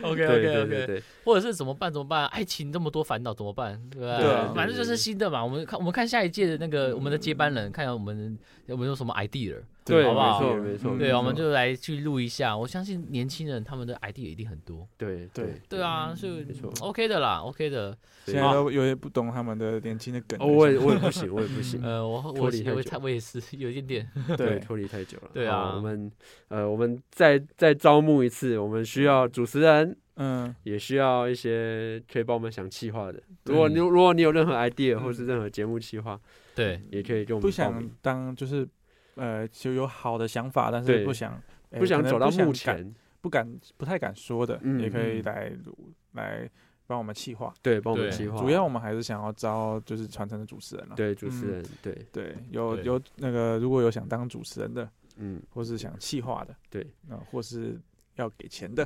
[SPEAKER 1] OK
[SPEAKER 2] 对对
[SPEAKER 1] OK，
[SPEAKER 2] 对，
[SPEAKER 1] 或者是怎么办？怎么办？爱情这么多烦恼怎么办？对吧？
[SPEAKER 4] 对啊
[SPEAKER 1] 反正就是新的嘛。我们看我们看下一届的那个我们的接班人，看看我们有没有什么 idea。
[SPEAKER 2] 对
[SPEAKER 1] 好不好
[SPEAKER 2] 没错没错
[SPEAKER 4] 嗯
[SPEAKER 1] 对，啊
[SPEAKER 2] 没
[SPEAKER 1] 我们就来去录一下。我相信年轻人他们的 idea 一定很多。
[SPEAKER 2] 对对
[SPEAKER 4] 对
[SPEAKER 1] 对啊，
[SPEAKER 4] 嗯
[SPEAKER 1] 所以
[SPEAKER 2] 没错
[SPEAKER 1] OK 的啦，OK 的。
[SPEAKER 4] 现在都有点不懂他们的年轻的梗。
[SPEAKER 2] 哦，我也我也不行，我也不行，
[SPEAKER 1] 呃，我
[SPEAKER 2] 脱
[SPEAKER 1] 我
[SPEAKER 2] 离
[SPEAKER 1] 我
[SPEAKER 2] 太
[SPEAKER 1] 我
[SPEAKER 2] 久
[SPEAKER 1] 太我也是有一点点。
[SPEAKER 2] 对，
[SPEAKER 4] 对，
[SPEAKER 2] 脱离太久了。
[SPEAKER 1] 对
[SPEAKER 2] 好
[SPEAKER 1] 啊
[SPEAKER 2] 我们呃，我们再再招募一次，我们需要主持人，
[SPEAKER 4] 嗯，
[SPEAKER 2] 也需要一些可以帮我们想企划的。如果你如果你有任何 idea
[SPEAKER 1] 嗯
[SPEAKER 2] 或是任何节目企划，
[SPEAKER 1] 对，
[SPEAKER 2] 也可以跟我们
[SPEAKER 4] 不
[SPEAKER 2] 报
[SPEAKER 4] 想
[SPEAKER 2] 名
[SPEAKER 4] 当就是呃，就有好的想法，但
[SPEAKER 2] 对
[SPEAKER 4] 是不想哎
[SPEAKER 2] 不想
[SPEAKER 4] 可能
[SPEAKER 2] 走到
[SPEAKER 4] 想
[SPEAKER 2] 目
[SPEAKER 4] 敢，
[SPEAKER 2] 前，
[SPEAKER 4] 不敢不太敢说的，
[SPEAKER 2] 嗯
[SPEAKER 4] 也可以
[SPEAKER 2] 嗯
[SPEAKER 4] 来录来帮我们企划。
[SPEAKER 2] 对，帮我们
[SPEAKER 1] 对
[SPEAKER 2] 企划。
[SPEAKER 4] 主要我们还是想要招就是传承的主持人了。
[SPEAKER 2] 啊对主持
[SPEAKER 4] 嗯
[SPEAKER 2] 人，对，
[SPEAKER 4] 对，有
[SPEAKER 1] 对
[SPEAKER 4] 有那个如果有想当主持人的，
[SPEAKER 2] 嗯，
[SPEAKER 4] 或是想企划的，
[SPEAKER 2] 对，
[SPEAKER 4] 那或是要给钱的，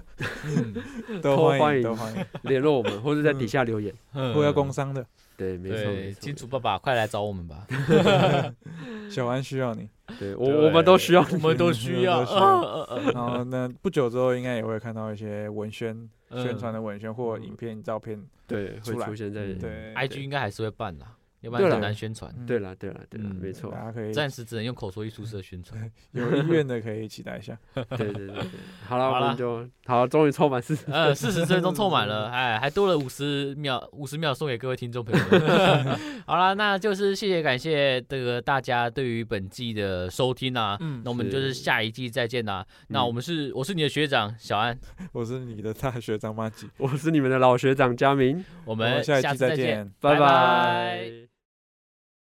[SPEAKER 2] 都
[SPEAKER 4] 都欢
[SPEAKER 2] 嗯欢迎
[SPEAKER 4] 都欢迎，
[SPEAKER 2] 联络我们，或者在底下留言。
[SPEAKER 4] 或要
[SPEAKER 1] 公
[SPEAKER 4] 工商的，
[SPEAKER 2] 对，没错，没
[SPEAKER 1] 对，
[SPEAKER 2] 错
[SPEAKER 1] 金主爸爸快来找我们吧，
[SPEAKER 4] 小安需要 你。
[SPEAKER 2] 对我我们都需要
[SPEAKER 1] 我们都需要。
[SPEAKER 4] 我们都需要然后那不久之后，应该也会看到一些文宣、
[SPEAKER 2] 嗯
[SPEAKER 4] 宣传
[SPEAKER 1] 的
[SPEAKER 4] 的文宣或影片、照片。
[SPEAKER 2] 对会
[SPEAKER 4] 出来
[SPEAKER 2] 出现在
[SPEAKER 1] 嗯
[SPEAKER 4] 对
[SPEAKER 1] IG 应该还是会办啦，要不然
[SPEAKER 2] 对啦
[SPEAKER 1] 很难宣传。
[SPEAKER 4] 嗯
[SPEAKER 2] 对了，对了，对了，
[SPEAKER 1] 嗯
[SPEAKER 2] 没错
[SPEAKER 4] 大，家可以
[SPEAKER 1] 暂时只能用口说艺术社宣传。
[SPEAKER 4] 有意愿的可以期待一下。
[SPEAKER 2] 对对对对。好了，
[SPEAKER 1] 好
[SPEAKER 2] 我
[SPEAKER 1] 啦
[SPEAKER 2] 们就好，终于凑满 四十。
[SPEAKER 1] 呃，四十分钟凑满了，哎，还多了五十秒，五十秒送给各位听众朋友们。 好啦，那就是谢谢感谢这个大家对于本季的收听啊。
[SPEAKER 4] 嗯
[SPEAKER 1] 那我们就是
[SPEAKER 2] 是
[SPEAKER 1] 下一季再见啦、那我们是我是你的学长小安，
[SPEAKER 4] 我是你的大学张妈吉，
[SPEAKER 2] 我是你们的老学长佳明，
[SPEAKER 1] 我
[SPEAKER 4] 我
[SPEAKER 1] 们
[SPEAKER 4] 们下一
[SPEAKER 1] 下
[SPEAKER 4] 季
[SPEAKER 1] 次再
[SPEAKER 4] 再见。
[SPEAKER 2] 拜
[SPEAKER 1] 拜拜
[SPEAKER 2] 拜